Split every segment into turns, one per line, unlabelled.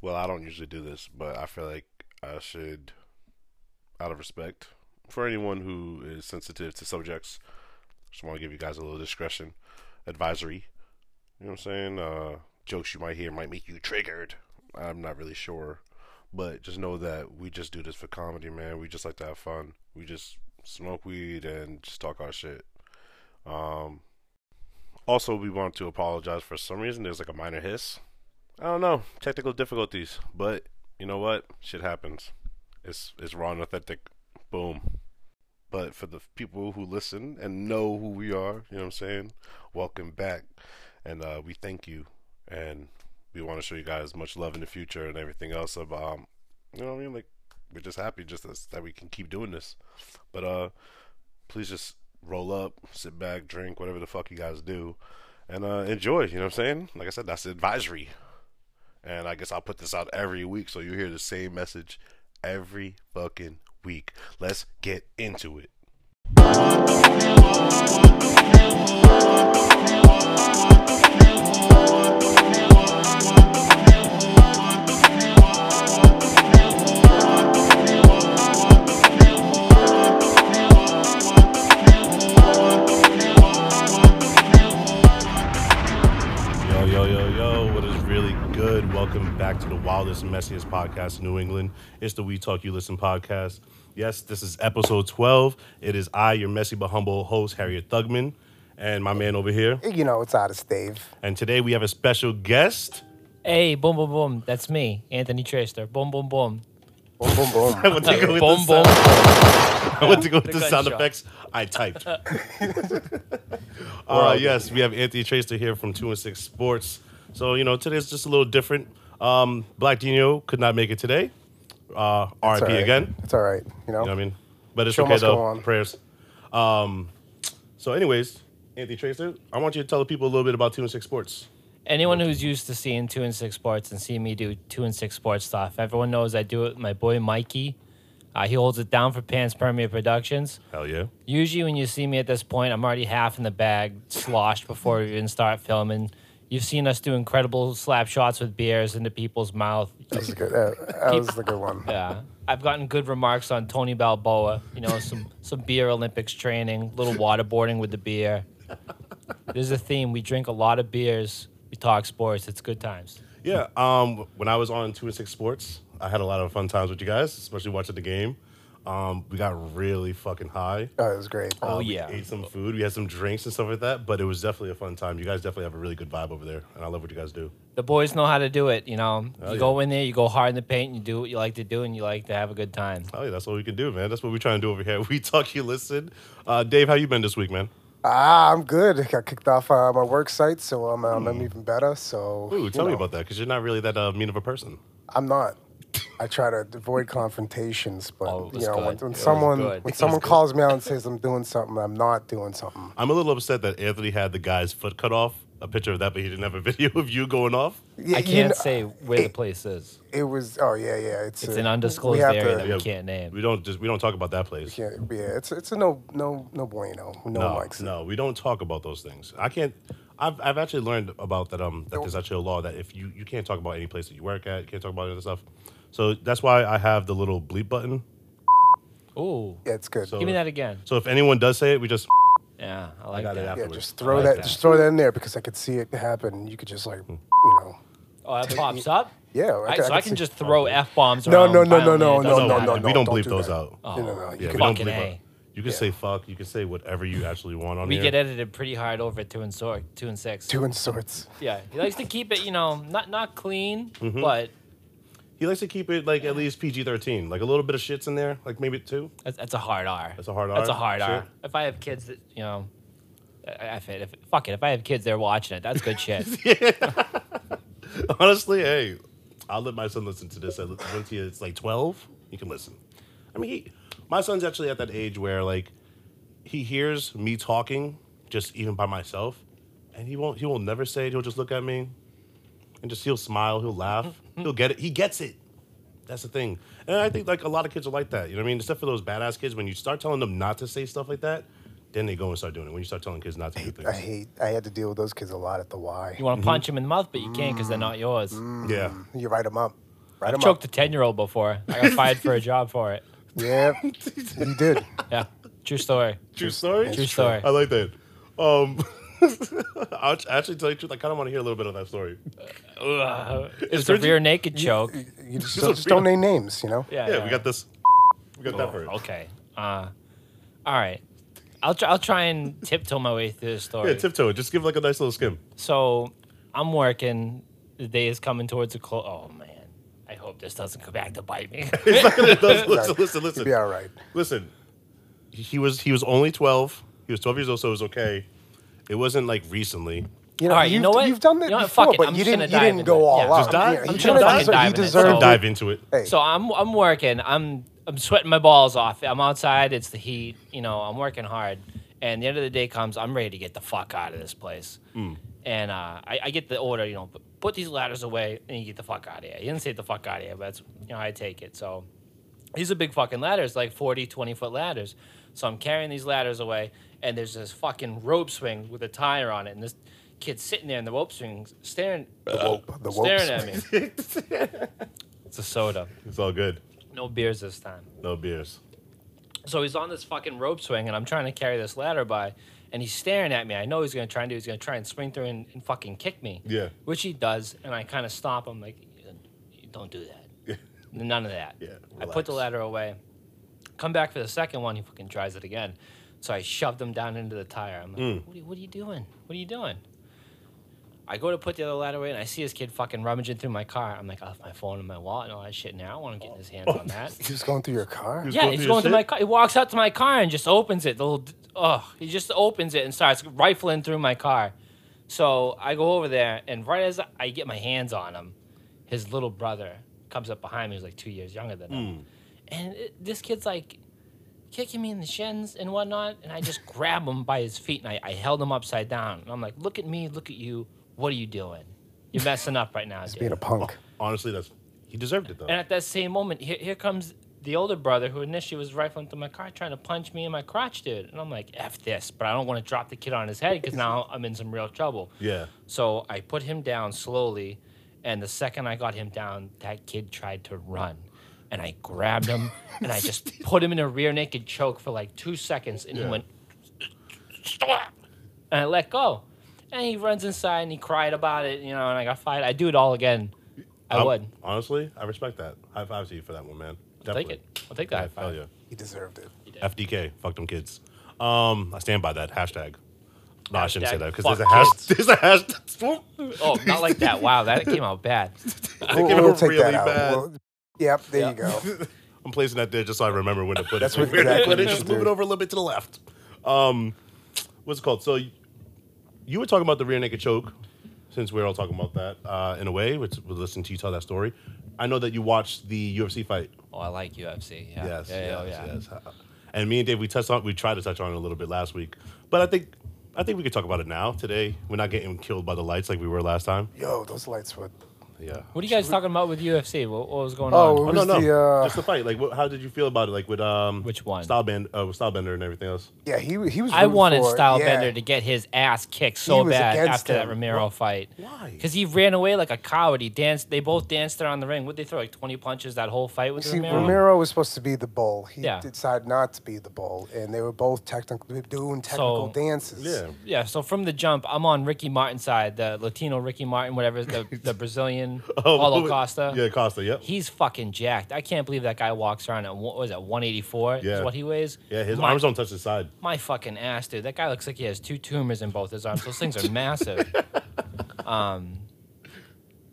Well, I don't usually do this, but I feel like I should, out of respect for anyone who is sensitive to subjects, just want to give you guys a little discretion, advisory. You know what I'm saying? Uh, jokes you might hear might make you triggered. I'm not really sure, but just know that we just do this for comedy, man. We just like to have fun. We just smoke weed and just talk our shit. Um, also, we want to apologize for some reason. There's like a minor hiss. I don't know, technical difficulties, but you know what? Shit happens. It's it's raw and authentic. Boom. But for the people who listen and know who we are, you know what I'm saying? Welcome back, and uh, we thank you, and we want to show you guys much love in the future and everything else. Of um, you know what I mean? Like we're just happy just as, that we can keep doing this. But uh, please just roll up, sit back, drink, whatever the fuck you guys do, and uh, enjoy. You know what I'm saying? Like I said, that's advisory. And I guess I'll put this out every week so you hear the same message every fucking week. Let's get into it. Yo, yo, yo, yo, what is really good? Welcome back to the wildest, messiest podcast in New England. It's the We Talk You Listen podcast. Yes, this is episode 12. It is I, your messy but humble host, Harriet Thugman, and my man over here.
You know, it's out of Stave.
And today we have a special guest.
Hey, boom, boom, boom. That's me, Anthony Traster. Boom, boom, boom.
Boom, boom,
I
boom.
went to go with the
boom, boom.
sound, I went to go with the
The
sound
gunshot.
effects I typed. uh, yes, we have Anthony Traster here from 2 and 6 Sports. So, you know, today's just a little different. Um, Black Dino could not make it today. Uh, RIP
It's all right.
again.
It's all right.
You
You know,
know what I mean? But it's
Show
okay
must go
though.
on.
Prayers. Um, so, anyways, Anthony Tracer, I want you to tell the people a little bit about two and six sports.
Anyone who's used to seeing two and six sports and seeing me do two and six sports stuff, everyone knows I do it. with My boy Mikey, uh, he holds it down for Pants Permia Productions.
Hell yeah!
Usually, when you see me at this point, I'm already half in the bag, sloshed before we even start filming. You've seen us do incredible slap shots with beers into people's mouth.
that was, a good, that, that was the good one.
Yeah. I've gotten good remarks on Tony Balboa. You know, some some beer Olympics training, little waterboarding with the beer. There's a theme. We drink a lot of beers. We talk sports. It's good times.
Yeah. Um, when I was on two and six sports, I had a lot of fun times with you guys, especially watching the game. Um, we got really fucking high.
Oh, it was great.
Oh
We
yeah.
ate some food. We had some drinks and stuff like that. But it was definitely a fun time. You guys definitely have a really good vibe over there, and I love what you guys do.
The boys know how to do it. You know, you
Oh, yeah.
go in there, you go hard in the paint, you do what you like to do, and you like to have a good time.
Oh yeah, that's what we can do, man. That's what we're trying to do over here. We talk, you listen. Uh, Dave, how you been this week, man?
Ah, I'm good. I got kicked off uh, my work site, so I'm, um, I'm even better. So,
Hmm. Ooh,
you
tell me
know,
about that because you're not really that uh, mean of a person.
I'm not. I try to avoid confrontations, but
Oh, it was
you know, when,
good.
when
It was
someone
good. It
when
was
someone calls me out and says I'm doing something, I'm not doing something.
I'm a little upset that Anthony had the guy's foot cut off. A picture of that, but he didn't have a video of you going off.
Yeah,
I
you eh.
can't
kn-
say where the place is.
it was. Oh yeah, yeah. It's,
It's
a-
an
we
undisclosed
have
area
to-
that we can't name.
We don't just we don't talk about that place.
yeah, yeah, it's it's a no no no bueno. No, one
No,
likes it.
no, we don't talk about those things. I can't. I've, I've actually learned about that. Um, that there's actually a law that if you you can't talk about any place that you work at, you can't talk about any other stuff. So that's why I have the little bleep button.
Ooh,
Yeah, it's good.
So
give me that again.
So if anyone does say it, we just
Yeah, I like
got it after.
that.
Yeah,
afterwards.
just
I
throw
like
that,
that. Hmm.
just throw that in there because I could see it happen. You could just like, you know,
Oh, that pops up.
yeah.
All right, so I can
see-
just throw f bombs.
No, no, no, no,
around
no,
violently. It doesn't
no, no,
matter.
no,
we
no.
don't
don't
bleep
do
those
that.
out.
No, no, no.
Yeah,
You
we
can,
don't
Fucking
bleep
A.
out. You can say fuck. You can say whatever you actually want on
We
here.
get edited pretty hard over at two and sor- two and six.
doing sorts.
Yeah, he likes to keep it, you know, not not clean,
Mm-hmm.
but
He likes to keep it like at least PG thirteen, like a little bit of shits in there, like maybe two.
that's, that's a hard R.
That's a hard
That's
R?
a hard R.
Sure.
If I have kids that you know, I, I fit, if, fuck it. If I have kids, they're watching it. That's good shit.
Honestly, hey, I'll let my son listen to this. I li- Once he is like twelve, he can listen. I mean, he, my son's actually at that age where like he hears me talking just even by myself, and he won't. He will never say it. He'll just look at me, and just he'll smile. He'll laugh. he'll get it. He gets it. That's the thing. And I think like a lot of kids are like that. You know what I mean? Except for those badass kids, when you start telling them not to say stuff like that, then they go and start doing it. When you start telling kids not to do
I
things,
hate. I had to deal with those kids a lot at the Y.
Mm-hmm.
You want to punch him in the mouth, but you can't because they're not yours.
yeah.
You write them up. Right
I
him
choked
up.
a ten year old before. I got fired for a job for it.
Yeah, you did.
Yeah, true story.
True story.
True story.
I like that. Um, I'll act- actually tell you the truth. I kind of want to hear a little bit of that story.
Ugh. Uh, It's a rear naked choke. Yeah,
You just, just don't name names, you know.
Yeah, we got this. We got
Oh,
that for it.
Okay. Uh, all right. I'll try, I'll try and tiptoe my way through the story.
Yeah, tiptoe. it. Just give like a nice little skim.
So I'm working. The day is coming towards a close. Oh man, I hope this doesn't come back to bite me.
listen, listen, listen,
You'll
listen.
be all right.
Listen. He was he was only twelve. He was twelve years old, so it was okay. It wasn't like recently.
You know,
All right, you
you've,
know what?
have done that
You know what?
before,
Fuck it.
but
I'm
you
just gonna
didn't. You
dive
didn't
into
go
it.
all
Yeah.
out.
Just dive-
Oh, Yeah,
I'm
he
gonna
kinda
dive
deserved-
dive
He
in it.
deserved.
So-
Dive into it.
Hey,
So I'm I'm working. I'm I'm sweating my balls off. I'm outside. It's the heat. You know, I'm working hard. And the end of the day comes, I'm ready to get the fuck out of this place.
Mm.
And uh, I, I get the order, you know, put- put these ladders away and you get the fuck out of here. He didn't say the fuck out of here, but that's you know how I take it. So these are big fucking ladders, like 40, 20 foot ladders. So I'm carrying these ladders away, and there's this fucking rope swing with a tire on it, and this kid's sitting there in the rope swing, staring,
the rope
staring at me. it's a soda.
It's all good.
No beers this time.
No beers.
So he's on this fucking rope swing, and I'm trying to carry this ladder by, and he's staring at me. I know he's gonna try and do. He's gonna try and swing through and, and fucking kick me.
Yeah.
Which he does, and I kind of stop him like, "You don't do that. None of that.
Yeah,
I put the
relax.
ladder away. Come back for the second one. He fucking tries it again. So I shoved him down into the tire. I'm like,
Mm.
what, are you, what are you doing? What are you doing? I go to put the other ladder away, and I see this kid fucking rummaging through my car. I'm like, I left my phone and my wallet and all that shit. Now I want to get his hands on that.
He was going through your car.
He's
Yeah,
going
he's
through your
going to my
shit?
car. He walks up to my car and just opens it. The little, oh, he just opens it and starts rifling through my car. So I go over there, and right as I get my hands on him, his little brother comes up behind me. He's like two years younger than him, and it, this kid's like kicking me in the shins and whatnot. And I just grab him by his feet and I, I held him upside down. And I'm like, "Look at me! Look at you! What are you doing? You're messing up right now." dude."
Being a punk.
Honestly, that's he deserved it though.
And at that same moment, here, here comes the older brother who initially was rifling through my car trying to punch me in my crotch, dude. And I'm like, F this, but I don't want to drop the kid on his head because now I'm in some real trouble.
Yeah.
So I put him down slowly, and the second I got him down, that kid tried to run. And I grabbed him and I just put him in a rear naked choke for like two seconds, and he
Yeah.
went, and I let go. And he runs inside and he cried about it, you know, and I got fired. I'd do it all again. I
I'm-
would.
Honestly, I respect that. High five to you for that one, man.
I'll take
Definitely.
it. I'll take that.
Yeah,
high five.
hell yeah.
He deserved it.
FDK. Fuck them kids. Um, I stand by that hashtag. No, I shouldn't say
Hashtag
that because there's a
fuck
hash.
kids.
There's a hashtag.
Oh, not like that. Wow, that came out bad.
We'll,
give it
we'll
a
take that
really
out.
bad-
We'll- yep, there you go.
I'm placing that there just so I remember when to put it.
That's
So
what-
where to
exactly
put it,
what you
Just
should
move it
do.
over a little bit to the left. Um, what's it called? So you, you were talking about the rear naked choke, since we are all talking about that uh, in a way. Which we'll listen to you tell that story. I know that you watched the UFC fight.
Oh, I like UFC. Yeah.
Yes,
yeah, yeah,
yes,
yeah.
yes. Uh, And me and Dave, we touched on, we tried to touch on it a little bit last week, but I think, I think we could talk about it now. Today, we're not getting killed by the lights like we were last time.
Yo, those lights were.
Yeah.
What are you guys talking about with UFC? What, what was going
Oh,
Oh,
it
on?
no,
was
no,
the, uh,
just the fight. Like, what, how did you feel about it? Like with um,
Which one?
Stylebend, uh, with Stylebender and everything else.
Yeah, he he was.
I
rooting
wanted
for it.
Stylebender
yeah.
to get his ass kicked so
was
bad
against
after that
him.
Romero fight.
Why?
Because he ran away like a coward. He danced. They both danced around the ring. Would they throw like twenty punches that whole fight with
See,
Romero?
Romero? was supposed to be the bull. He
Yeah.
decided not to be the bull, and they were both technical doing technical
So-
dances.
Yeah.
Yeah. So from the jump, I'm on Ricky Martin's side, the Latino Ricky Martin, whatever the, the Brazilian Paulo
wait.
Costa.
Oh, Yeah, Costa. Yep.
He's fucking jacked. I can't believe that guy walks around at what was that 184?
Yeah.
Is what he weighs.
yeah, his
My-
arms don't touch his side.
my fucking ass, dude. That guy looks like he has two tumors in both his arms. Those things are massive. Um,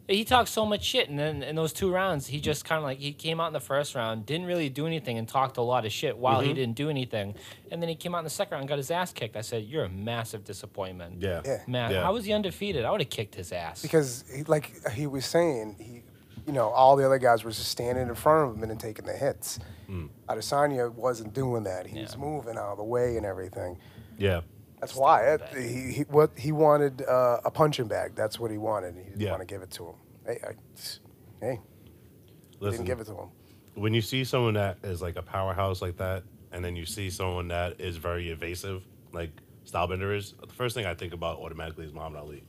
he talks so much shit, and then in those two rounds, he just kind of like he came out in the first round, didn't really do anything, and talked a lot of shit while
Mm-hmm.
he didn't do anything, and then he came out in the second round, and got his ass kicked. I said, "You're a massive disappointment."
Yeah.
Yeah.
man.
Yeah.
How was he undefeated? I would have kicked his ass.
because he, like he was saying, he, you know, all the other guys were just standing in front of him and then taking the hits.
Mm.
Adesanya wasn't doing that. He was
Yeah.
moving out of the way and everything.
Yeah.
That's why it, he, he what he wanted uh, a punching bag. That's what he wanted. He didn't
Yeah.
want to give it to him. Hey, I, hey,
Listen,
didn't give it to him.
when you see someone that is like a powerhouse like that, and then you see someone that is very evasive, like Stylebender is, the first thing I think about automatically is Muhammad Ali.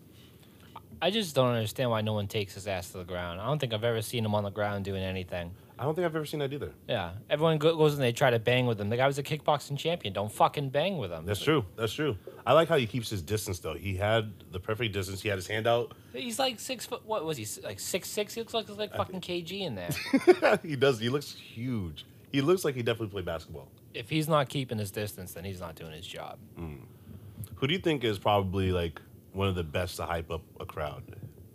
I just don't understand why no one takes his ass to the ground. I don't think I've ever seen him on the ground doing anything.
I don't think I've ever seen that either.
Yeah, everyone go- goes and they try to bang with him. The guy was a kickboxing champion. Don't fucking bang with him.
That's true. That's true. I like how he keeps his distance though. He had the perfect distance. He had his hand out.
He's like six foot. What was he? s- Like six six. He looks like he's like fucking KG in there.
he does. He looks huge. He looks like he definitely played basketball.
if he's not keeping his distance, then he's not doing his job.
Who do you think is probably like one of the best to hype up a crowd?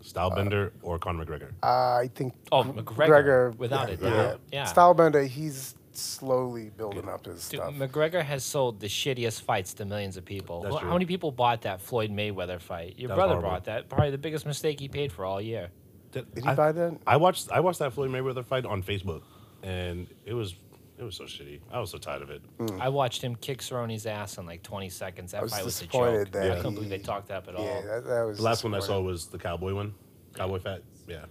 Stylebender or Conor McGregor?
I think.
Oh,
Gr-
McGregor,
Gregor-
without
yeah,
a doubt. Yeah.
Stylebender, he's slowly building up his
Dude,
stuff.
McGregor has sold the shittiest fights to millions of people.
That's
Wh-
true.
How many people bought that Floyd Mayweather fight? Your
That was
brother
horrible.
bought that. Probably the biggest mistake he paid for all year.
Did,
Did he buy that?
I watched. I watched that Floyd Mayweather fight on Facebook, and it was it was so shitty. I was so tired of it.
I watched him kick Cerrone's ass in like 20 seconds. That
was
fight was a
disappointed
joke.
that
I couldn't believe
he-
they talked that up at
Yeah,
all.
that, that was
The last one I saw
disappointing.
was the cowboy one, cowboy fat. Yeah,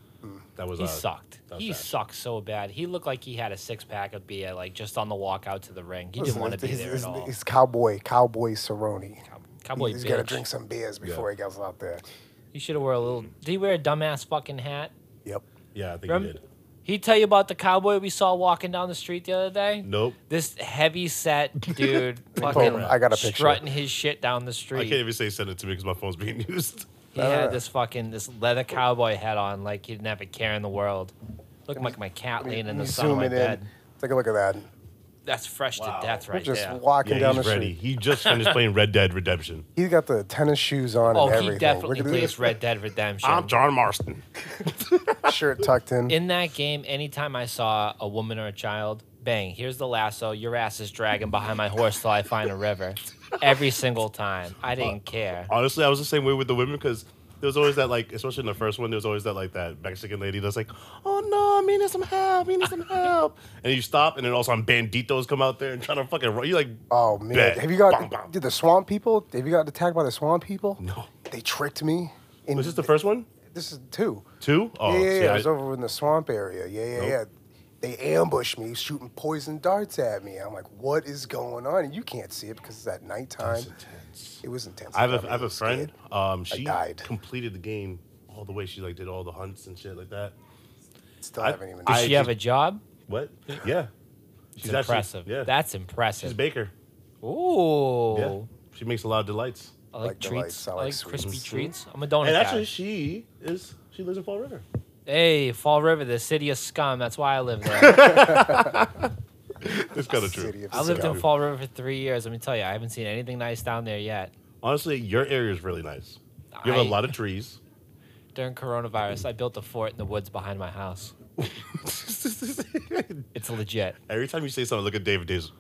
that was.
He
uh,
sucked.
that was
He
trash.
sucked so bad. He looked like he had a six pack of beer, like just on the walk out to the ring. He didn't
Listen,
want to
it's-
be
it's-
there at
it's-
all.
It's cowboy, cowboy Cerrone.
Cowboy
he's
bitch.
gotta drink some beers before
Yeah.
he goes out there.
He should have wear a little. Did he wear a dumbass fucking hat?
Yep.
Yeah, I think
Rem-
he did.
He tell you about the cowboy we saw walking down the street the other day?
Nope.
This heavy set dude, fucking
Boom, I got a picture.
strutting his shit down the street.
I can't even say send it to me because my phone's being used.
He
Uh.
had this fucking this leather cowboy hat on, like he didn't have a care in the world. Looking like my cat laying in the
You
sun
zoom
like
it
that.
in. Take a look at that.
That's fresh
Wow.
to death right
Just
there.
walking
Yeah,
down
he's
the
ready.
street.
He just finished playing Red Dead Redemption.
He's got the tennis shoes on
Oh,
and
he
everything.
definitely
look at
plays
this
Red Dead Redemption.
I'm John Marston.
shirt tucked in.
in that game, anytime I saw a woman or a child, bang, here's the lasso, your ass is dragging behind my horse till I find a river. Every single time.
Uh,
I didn't care.
Honestly, I was the same way with the women because there was always that like, especially in the first one, there was always that like that Mexican lady that's like, "Oh no, me need some help, me need some help," and you stop, and then all of a sudden banditos come out there and try to fucking run. You like,
oh man,
bet.
have you got
Bam, bam.
did the swamp people? Have you got attacked by the swamp people?
No.
They tricked me. And
Was this the first one?
This is two.
Two? Oh,
yeah, yeah,
see,
yeah.
I-
I was over in the swamp area. Yeah, yeah, yeah.
Nope.
They ambushed me, shooting poison darts at me. I'm like, what is going on? And you can't see it because it's at nighttime.
intense.
It was intense.
I have a,
mean,
I have a
was
friend.
scared.
Um, she
died.
completed the game all the way. She like did all the hunts and shit like that.
Still
I-
haven't even.
I
Does she
just-
have a job?
What? Yeah, she's
It's impressive.
Actually, yeah,
That's
she's a
impressive.
baker.
Ooh.
Yeah, she makes a lot of delights.
I like,
Like the
treats.
lights, I
I
like
like
sweets.
crispy treats. I'm a donut
And
guy.
actually, she is. She lives in Fall River.
hey, Fall River, the city of scum. That's why I live there.
It's kind of
City
true.
of
I lived in
Scum.
Fall River for three years. Let me tell you, I haven't seen anything nice down there yet.
Honestly, your area is really nice. You have a
I-
lot of trees.
During coronavirus, I built a fort in the woods behind my house. It's legit.
Every time you say something, look at David. Dave's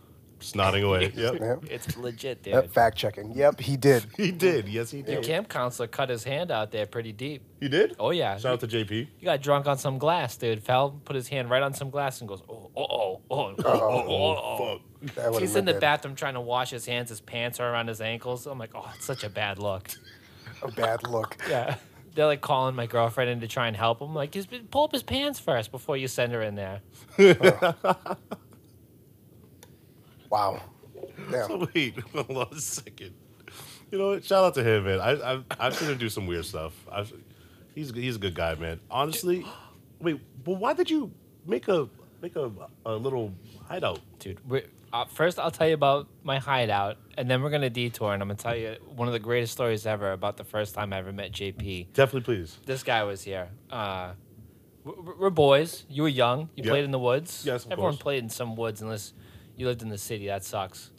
snorting away. Yep.
Yep.
It's legit, dude.
Yep, fact checking. Yep, he did.
He did. Yes, he
Your
did.
camp counselor cut his hand out there pretty deep.
He did?
Oh, yeah.
Shout out to JP.
He got drunk on some glass, dude. Fell, put his hand right on some glass, and goes, oh, oh, oh, oh, oh, oh, oh, oh.
fuck.
That would've
He's
been
in the
good.
bathroom trying to wash his hands. His pants are around his ankles. I'm like, oh, it's such a bad look.
A bad look.
Yeah. They're like calling my girlfriend in to try and help him. Like, just pull up his pants first before you send her in there.
Wow. Damn.
So wait, hold on a second. You know what? Shout out to him, man. I, I've, I've seen him do some weird stuff. I've, he's he's a good guy, man. Honestly, wait. Well, why did you make a make a, a little hideout?
Dude, we uh, first I'll tell you about my hideout, and then we're going to detour, and I'm going to tell you one of the greatest stories ever about the first time I ever met JP.
Definitely, please.
this guy was here. Uh, we're, we're boys. You were young. You
Yeah.
played in the woods.
Yes, of
Everyone
course.
played in some woods unless you lived in the city. That sucks.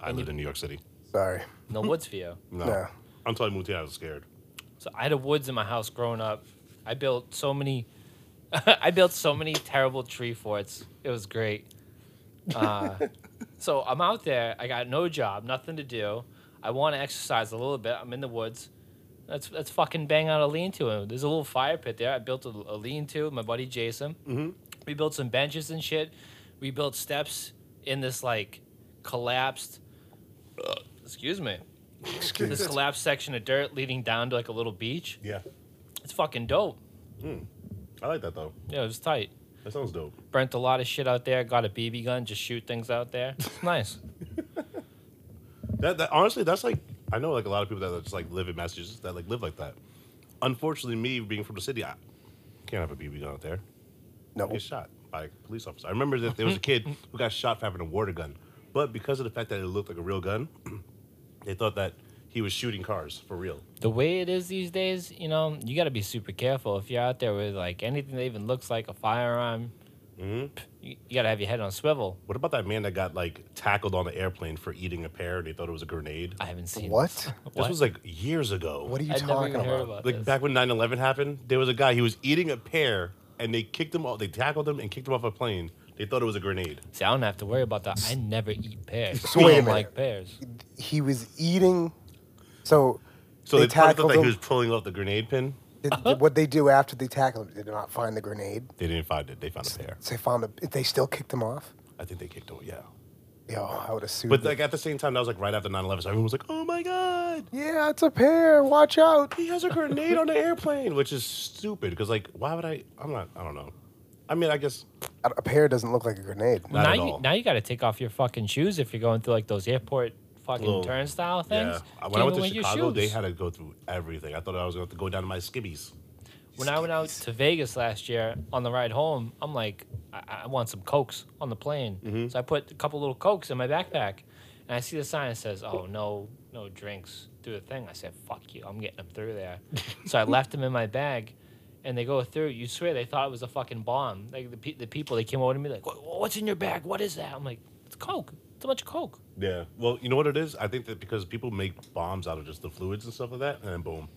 I lived in New York City.
Sorry.
No woods for you.
No,
No.
I'm telling you, I was scared.
So I had a woods in my house growing up. I built so many. I built so many terrible tree forts. It was great. Uh, so I'm out there. I got no job, nothing to do. I want to exercise a little bit. I'm in the woods. Let's let's fucking bang out a lean-to. And There's a little fire pit there. I built a, a lean-to. with My buddy Jason. Mm-hmm. We built some benches and shit. We built steps in this like collapsed. excuse me. This collapsed section of dirt leading down to like a little beach.
Yeah,
It's fucking dope.
I like that though.
Yeah, it was tight.
That sounds dope.
Burnt a lot of shit out there. Got a BB gun, just shoot things out there. It's nice.
That, that honestly, that's like I know like a lot of people that just like live in Massachusetts that like live like that. unfortunately, me being from the city, I can't have a BB gun out there.
No.
Get shot by a police officer. I remember that there was a kid who got shot for having a water gun, but because of the fact that it looked like a real gun, they thought that he was shooting cars for real.
the way it is these days, you know, you got to be super careful if you're out there with like anything that even looks like a firearm. pff, You, you got to have your head on a swivel.
What about that man that got like tackled on the airplane for eating a pear and they thought it was a grenade?
I haven't seen
What?
This was like years ago.
What are you
I'd never
talking
even heard
about?
about
like
this.
back when 9-11 happened there was a guy he was eating a pear and they kicked him off they tackled him and kicked him off a plane they thought it was a grenade
See, I don't have to worry about that. I never eat pears.
So wait a
I don't
minute.
like pears.
He was eating. So,
so they, probably thought
tackled
that
him.
he was pulling off the grenade pin
Did- did what they do after they tackled him, did not find the grenade.
they didn't find it they found a pear
So they found a. They still kicked him off.
i think they kicked him yeah
Yo, I would assume.
but like at the same time that was like right after 9-11 so everyone was like oh my god
yeah, it's a pair. Watch out.
he has a grenade on the airplane which is stupid because like why would i i'm not i don't know i mean i guess
A a pair doesn't look like a grenade.
Not
now
at
you
all.
now you got to take off your fucking shoes if you're going through like those airport fucking
Little-
turnstile things.
yeah. Uh,
Can't
when i went
even
to
wear your
chicago they
shoes.
had to go through everything i thought i was going to have to go down to my skibbies
when I went out to Vegas last year on the ride home, I'm like, I, I want some cokes on the plane.
Mm-hmm.
So I put a couple little cokes in my backpack, and I see the sign that says, "Oh no, no drinks through the thing." I said, "Fuck you, I'm getting them through there." so I left them in my bag, and they go through. You swear they thought it was a fucking bomb. Like the pe- the people they came over to me like, "What- "What's in your bag? What is that?" I'm like, "It's coke. It's a bunch of coke."
Yeah. Well, you know what it is? I think that because people make bombs out of just the fluids and stuff like that, and then boom.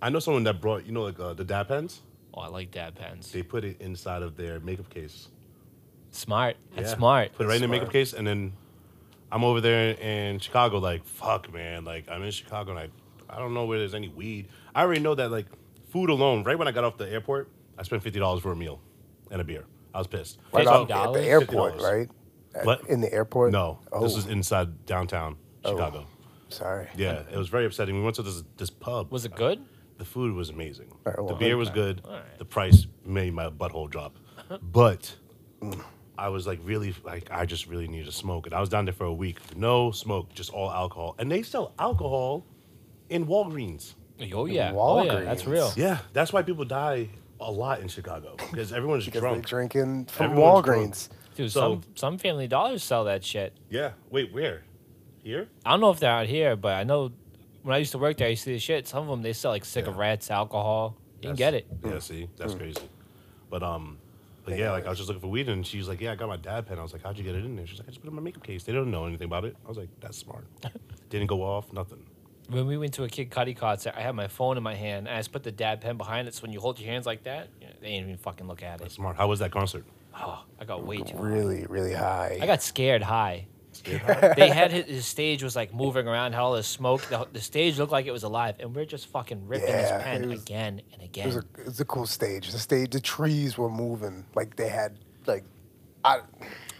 I know someone that brought, you know, like uh, the dab pens.
Oh, I like dab pens.
They put it inside of their makeup case.
Smart. That's
Yeah.
smart.
Put it right in the
Smart.
makeup case, and then I'm over there in Chicago, like fuck, man. Like I'm in Chicago, and I, I don't know where there's any weed. I already know that, like food alone. Right when I got off the airport, I spent fifty dollars for a meal and a beer. I was pissed.
Right
Fifty
off at
dollars?
the airport,
$50.
right? At-
What?
In the airport?
No,
Oh,
this is inside downtown Chicago.
sorry.
Yeah, it was very upsetting. We went to this this pub.
Was it good? Oh,
The food was amazing.
All right, well,
the beer was good.
All right.
The price made my butthole drop. But
Mm.
I was like really like I just really needed to smoke, and I was down there for a week, no smoke, just all alcohol, and they sell alcohol in Walgreens.
Oh yeah. Oh yeah. That's
Walgreens.
real.
Yeah, that's why people die a lot in Chicago because everyone's
Because
drunk.
they're drinking from
Everyone's
Walgreens.
Dude,
So-
some some Family Dollars sell that shit.
Yeah. Wait, where? Here?
I don't know if they're out here, but I know when I used to work there, I used to see this shit. Some of them they sell like cigarettes, alcohol. You can get it.
That's- Yeah, see, that's crazy. But um, but yeah, like I was just looking for weed, and she's like, "Yeah, I got my dad pen." I was like, "How'd you get it in there?" She's like, "I just put it in my makeup case. They don't know anything about it." I was like, "That's smart." Didn't go off, nothing.
When we went to a Kid Cudi concert, I had my phone in my hand and I just put the dab pen behind it. So when you hold your hands like that, you know, they ain't even fucking look at
That's
it.
smart. How was that concert?
Oh, I got way too.
Really, really high.
I got scared high. they had his, his stage was like moving around, had all this smoke. The, the stage looked like it was alive, and we're just fucking ripping
Yeah,
this pen
it was-
again and
it,
again.
was a, it was a cool stage. The stage, the trees were moving. Like they had, like, I,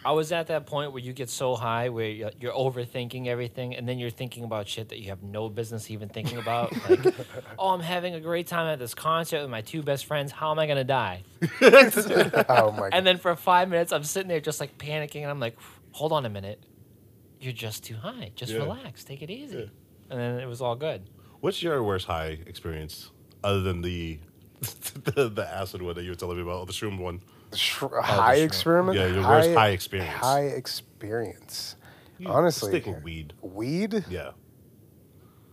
I was at that point where you get so high where you're, you're overthinking everything, and then you're thinking about shit that you have no business even thinking about. Like, oh, I'm having a great time at this concert with my two best friends. How am I gonna die?
oh my god.
And then for five minutes, I'm sitting there just like panicking, and I'm like, hold on a minute, you're just too high. Just
Yeah.
relax, take it easy. And then it was all good.
What's your worst high experience other than the the, the acid one that you were telling me about, or the shroom one?
Sh-
Oh,
high
shroom.
experiment?
Yeah, your worst high experience.
High experience.
You
Honestly.
stick with weed.
Weed?
Yeah,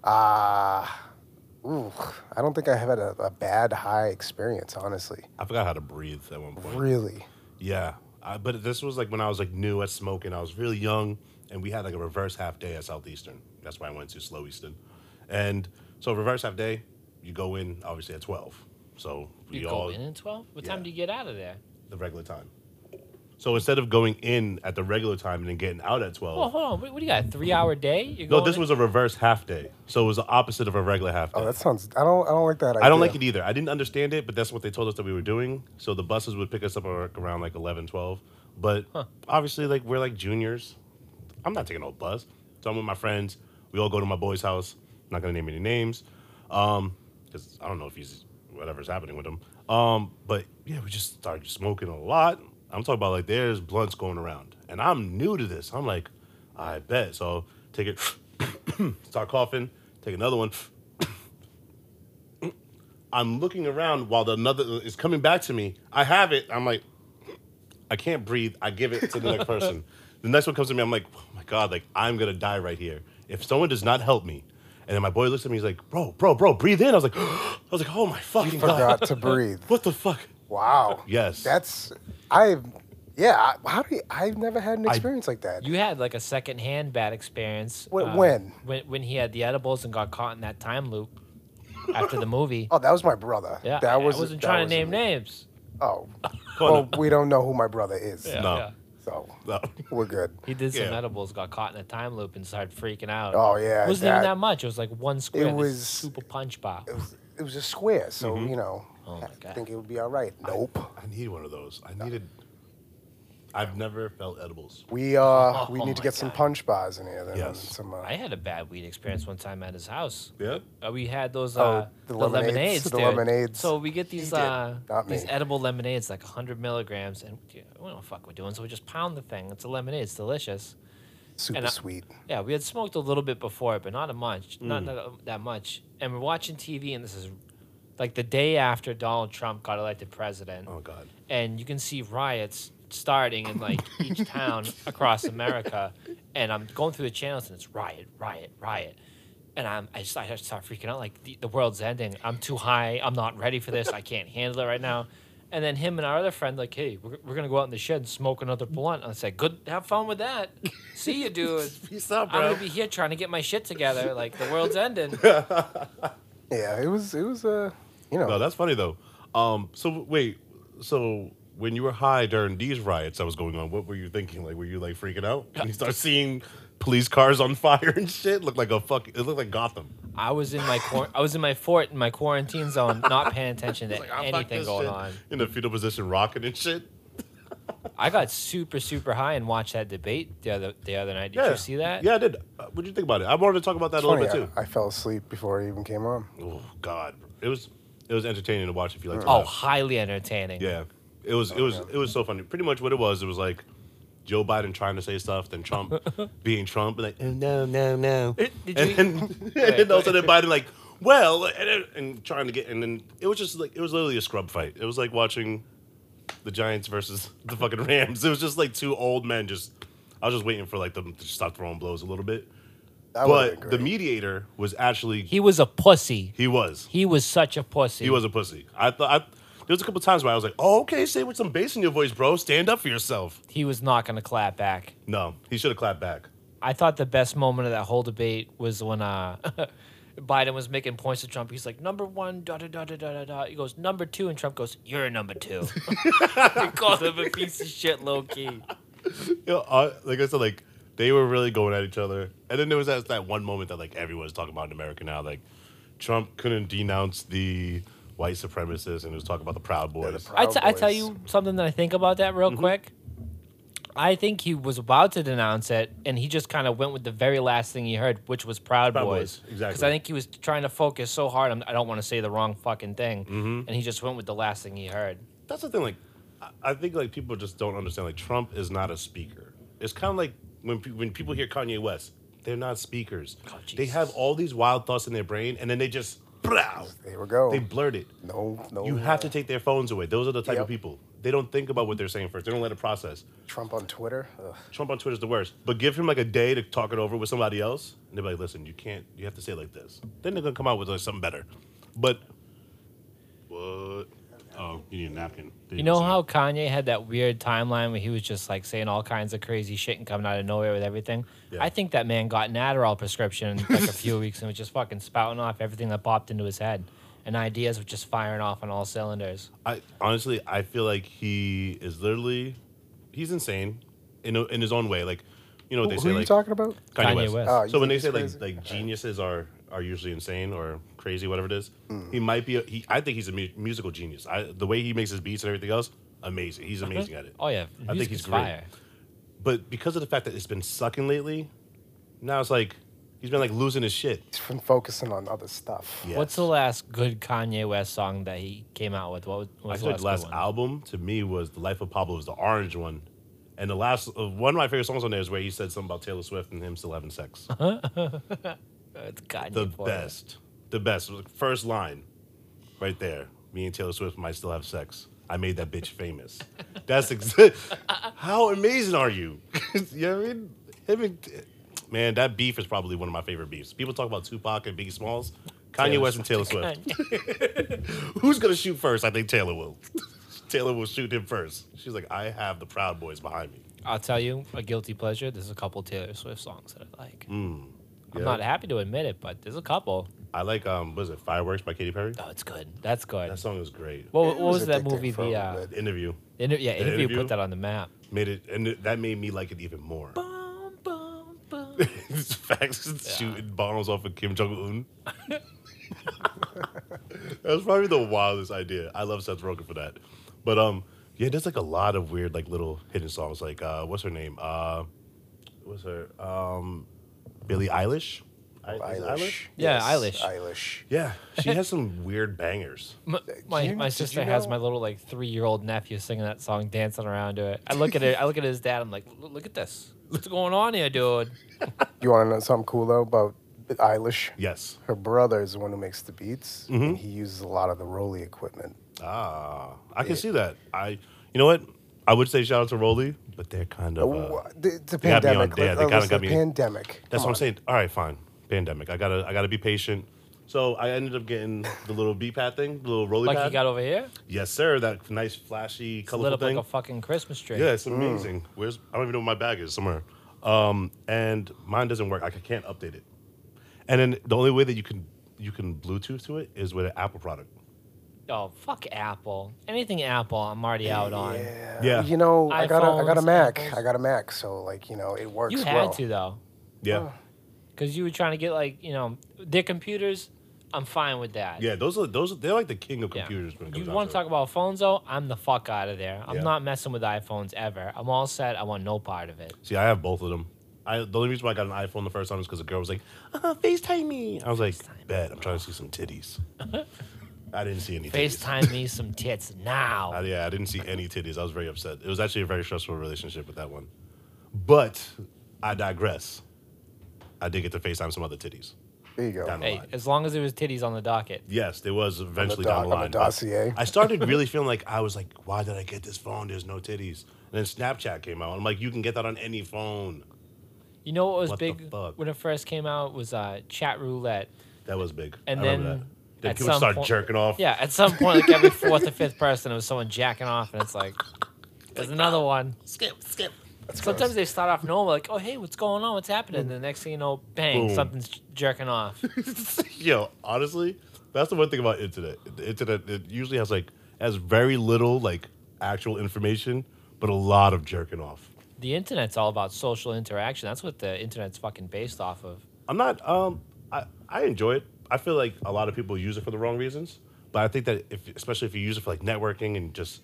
Ah. ooh, I don't think I have had a, a bad high experience, honestly.
I forgot how to breathe at one point.
Really.
Yeah, I, but this was like when I was like new at smoking. I was really young, and we had like a reverse half day at Southeastern. That's why I went to Slow Eastern, and so reverse half day, you go in obviously at twelve. So we
You go
all
in at twelve. What
Yeah.
time do you get out of there?
the regular time. So instead of going in at the regular time and then getting out at
Oh,
twelve,
hold on. What, what do you got? A three hour day? You're
no,
going
this
in-
was a reverse half day. So it was the opposite of a regular half day.
Oh, that sounds. I don't. I don't like that. Idea.
I don't like it either. I didn't understand it, but that's what they told us that we were doing. So the buses would pick us up ar- around like 11, 12. But obviously, like we're like juniors. I'm not taking no bus. So I'm with my friends. We all go to my boy's house. not gonna name any names, because I don't know if he's whatever's happening with him. Um, but yeah, we just started smoking a lot. I'm talking about like there's blunts going around, and I'm new to this. I'm like, I bet. So take it, start coughing, take another one. I'm looking around while the another is coming back to me. I have it. I'm like, I can't breathe. I give it to the next person. The next one comes to me. I'm like, oh my god, like I'm gonna die right here if someone does not help me. And then my boy looks at me. He's like, bro, bro, bro, breathe in. I was like, I was like, oh my fucking
Forgot
god,
to breathe.
what the fuck?
Wow.
Yes.
That's I've yeah. I- How do you, I've never had an
I-
experience like that.
You had like a secondhand bad experience. uh,
Wh- when?
When when he had the edibles and got caught in that time loop after the movie.
oh, that was my brother.
yeah,
That
I,
was
I wasn't
that
trying
was-
to name names.
Oh,
Come on,
well, we don't know who my brother is,
Yeah,
No.
yeah.
so
no.
we're good.
He did some
Yeah.
edibles, got caught in a time loop, and started freaking out.
Oh, yeah,
it wasn't even
that-
that much. It was like one square.
It
It
was-
was super punch bar.
It was, it was a square, so you know,
Oh, my
I
God.
think it would be all right. Nope.
I need one of those. I needed. I've never felt edibles.
We uh, we
Oh
need to
my
get some
God.
punch bars in here. Then
Yes.
Some, uh,
I had a bad weed experience one time at his house.
Yeah.
Uh, we had those uh,
Oh, the
the,
lemonades,
lemonades,
the
dude.
lemonades.
So we get these
did,
uh,
not
these
me.
edible lemonades, like 100 milligrams, and we don't know what the fuck we're doing. So we just pound the thing. It's a lemonade. It's delicious.
super
and I-
sweet.
Yeah, we had smoked a little bit before, but not a much,
Mm.
not, not that much. And we're watching TV, and this is like the day after Donald Trump got elected president
Oh god.
and you can see riots starting in like each town across America. And I'm going through the channels and it's riot, riot, riot. And I'm, I just I just start freaking out like the, the world's ending. I'm too high. I'm not ready for this. I can't handle it right now. And then him and our other friend like, hey, we're, we're gonna go out in the shed and smoke another blunt. And I said, good, have fun with that. See you, dude.
Peace out,
I'm
bro.
gonna be here trying to get my shit together. Like the world's ending.
Yeah, it was it was uh, you know
Oh.
No, that's funny though. Um, so wait, so when you were high during these riots that was going on, what were you thinking? Like, were you like freaking out? And you start seeing police cars on fire and shit. Looked like a fuck. It looked like Gotham.
I was in my quar- I was in my fort in my quarantine zone, not paying attention to
Like, ah, fuck
anything
this
going
shit.
on.
in the fetal position, rocking and shit.
I got super super high and watched that debate the other the other night. Did you see that?
Yeah, I did. Uh, what did you think about it? I wanted to talk about that a little
funny.
bit too.
I, I fell asleep before it even came on.
Oh God, it was it was entertaining to watch if you like. to
Oh,
laugh.
highly entertaining.
Yeah, it was it was it was so funny. Pretty much what it was, it was like Joe Biden trying to say stuff, then Trump being Trump, and like oh, no, no, no,
It- did
and
you-
then, and then also then Biden like well, and, and trying to get, and then it was just like it was literally a scrub fight. It was like watching the Giants versus the fucking Rams. It was just like two old men just. I was just waiting for like them to stop throwing blows a little bit,
That would've been
but the
great.
mediator was actually he,
He was a pussy.
was
He was such a pussy.
he was a pussy. I thought I, there was a couple times where I was like, oh, okay, say with some bass in your voice, bro. Stand up for yourself.
He was not going to clap back.
No, he should have clapped back.
I thought the best moment of that whole debate was when uh, Biden was making points to Trump. He's like, number one, da da da da da da da. He goes, number two, and Trump goes, you're a number two. he called him a piece of shit low key.
You know, uh, like I said, like they were really going at each other, and then there was that, that one moment that like everyone's talking about in America now. Like Trump couldn't denounce the white supremacists, and he was talking about the Proud Boys.
the Proud
I, t- I tell
Boys.
you something that I think about that
Mm-hmm.
real quick. I think he was about to denounce it, and he just kind of went with the very last thing he heard, which was Proud,
Proud
Boys.
Boys, exactly.
Because I think he was trying to focus so hard on I don't want to say the wrong fucking thing,
Mm-hmm.
and he just went with the last thing he heard.
That's the thing. Like I, I think like people just don't understand. Like Trump is not a speaker. It's kind of like when pe- when people hear Kanye West, they're not speakers.
Oh,
they
Jesus.
have all these wild thoughts in their brain, and then they just. Blow.
There we go.
They blurt it.
no, no.
You have to take their phones away. Those are the type
Yep.
of people. They don't think about what they're saying first. They don't let it process.
Trump on Twitter. Ugh.
Trump on Twitter is the worst. But give him like a day to talk it over with somebody else, and they're like, "Listen, you can't. You have to say it like this." Then they're gonna come out with like, something better. But what? Oh, you need a napkin.
You know how Kanye had that weird timeline where he was just like saying all kinds of crazy shit and coming out of nowhere with everything?
Yeah.
I think that man got an Adderall prescription like a few weeks and was just fucking spouting off everything that popped into his head, and ideas were just firing off on all cylinders.
I honestly, I feel like he is literally, he's insane, in a, in his own way. Like, you know what they
Who, who
say,
are you
like
talking about?
Kanye,
Kanye
West.
West. Oh,
you
so when they
think
say
he's
like like geniuses are are usually insane or crazy, whatever it is,
Mm.
he might be. A, he, I think he's a mu- musical genius. I, the way he makes his beats and everything else, amazing. He's amazing at it.
Oh yeah,
I think
music
he's
is
great.
fire.
But because of the fact that it's been sucking lately, now it's like he's been like losing his shit.
He's from focusing on other stuff.
Yes.
What's the last good Kanye West song that he came out with? What was, what
I
was
feel like the last
good one?
album to me was "The Life of Pablo" was the orange one, and the last uh, one of my favorite songs on there is where he said something about Taylor Swift and him still having sex.
Uh, It's Kanye
the
for you.
best, the best. First line, right there. Me and Taylor Swift might still have sex. I made that bitch famous. That's exa- how amazing are you? you know what I mean? Him and- man, that beef is probably one of my favorite beefs. People talk about Tupac and Biggie Smalls, Kanye
Taylor
West and Taylor Swift. Who's gonna shoot first? I think Taylor will. Taylor will shoot him first. She's like, I have the Proud Boys behind me.
I'll tell you a guilty pleasure. There's a couple Taylor Swift songs that I like. I'm
Hmm. Yeah.
not happy to admit it, but there's a couple.
I like um, was it Fireworks by Katy Perry?
Oh, it's good. That's good.
That song is great.
what,
It
what was,
was
that
addicting
movie?
for a
The
little
uh,
bit.
Interview
interview, yeah, interview,
interview?
put that on the map.
made it, and it- that made me like it even more.
Bum, bum, bum.
It's Facts shooting bombs off of Kim Jong Un. That's probably the wildest idea. I love Seth Rogen for that. But um, yeah, there's like a lot of weird like little hidden songs. Like uh, what's her name? Uh, what's her um, Billie Eilish? I- is it
Eilish.
Yeah,
Yes,
Eilish.
Eilish.
Yeah, she has some weird bangers.
My, my,
you-
my
did
sister
you
has
know-
my little like three year old nephew singing that song, dancing around to it. I look at it, I look at his dad. I'm like, "Look- look at this. What's going on here, dude?
You want to know something cool though about Eilish?
Yes.
Her brother is the one who makes the beats,
Mm-hmm.
and he uses a lot of the Rolly equipment.
Ah, I can see that. I, you know what? I would say shout out to Rolly, but they're kind of. Uh,
Wha- the, the
they got me on
pandemic.
there.
let-
They
uh,
kinda
listen,
got me-
pandemic.
That's
Come
what I'm saying. All right, fine. Pandemic. I gotta I gotta be patient. So I ended up getting the little B pad thing, the little rolly
Like
pad.
you got over here,
yes, sir. That nice flashy
it's lit
colorful
up
thing.
like a Mm. fucking Christmas tree.
yeah, it's amazing. Where's I don't even know where my bag is somewhere. Um, and mine doesn't work. I c- can't update it. And then the only way that you can you can Bluetooth to it is with an Apple product.
Oh fuck Apple. Anything Apple, I'm already out on.
on.
Yeah.
You know, I got a I got a
iPhones,
Mac.
Apples.
I got a Mac, so like you know, it works.
You had
well.
to though,
Yeah.
because you were trying to get like you know their computers. I'm fine with that.
Yeah, those are those are, they're like the king of
Yeah.
computers when it comes
You
down
want to
to it.
talk about phones though? I'm the fuck out of there. I'm
Yeah.
not messing with iPhones ever. I'm all set. I want no part of it.
See, I have both of them. I, the only reason why I got an iPhone the first time is because a girl was like, uh, FaceTime me. I was like, bet. I'm trying to see some titties. I didn't see any titties.
FaceTime me some tits now.
I- yeah, I didn't see any titties. I was very upset. It was actually a very stressful relationship with that one. But I digress. I did get to FaceTime some other titties.
There you go.
Down the
Hey,
line.
as long as there was titties on the docket.
Yes, there was eventually
do-
down the
on the
line. but
dossier.
I started really feeling like I was like, why did I get this phone? There's no titties. And then Snapchat came out. I'm like, you can get that on any phone.
You know what was
What the
big
fuck?
when it first came out was uh, chat roulette.
That was big.
And
I remember
then
that. Then
at
people
some
start
point-
jerking off.
Yeah, at some point, like every fourth or fifth person, it was someone jacking off, and it's like, there's another
oh,
one.
Skip, skip.
Sometimes they start off normal, like, oh, hey, what's going on? What's happening? And the next thing you know, bang,
Boom.
something's jerking off.
Yo, honestly, that's the one thing about internet. The internet it usually has like has very little like actual information, but a lot of jerking off.
the internet's all about social interaction. That's what the internet's fucking based off of.
I'm not. Um, I I enjoy it. I feel like a lot of people use it for the wrong reasons, but I think that if especially if you use it for like networking and just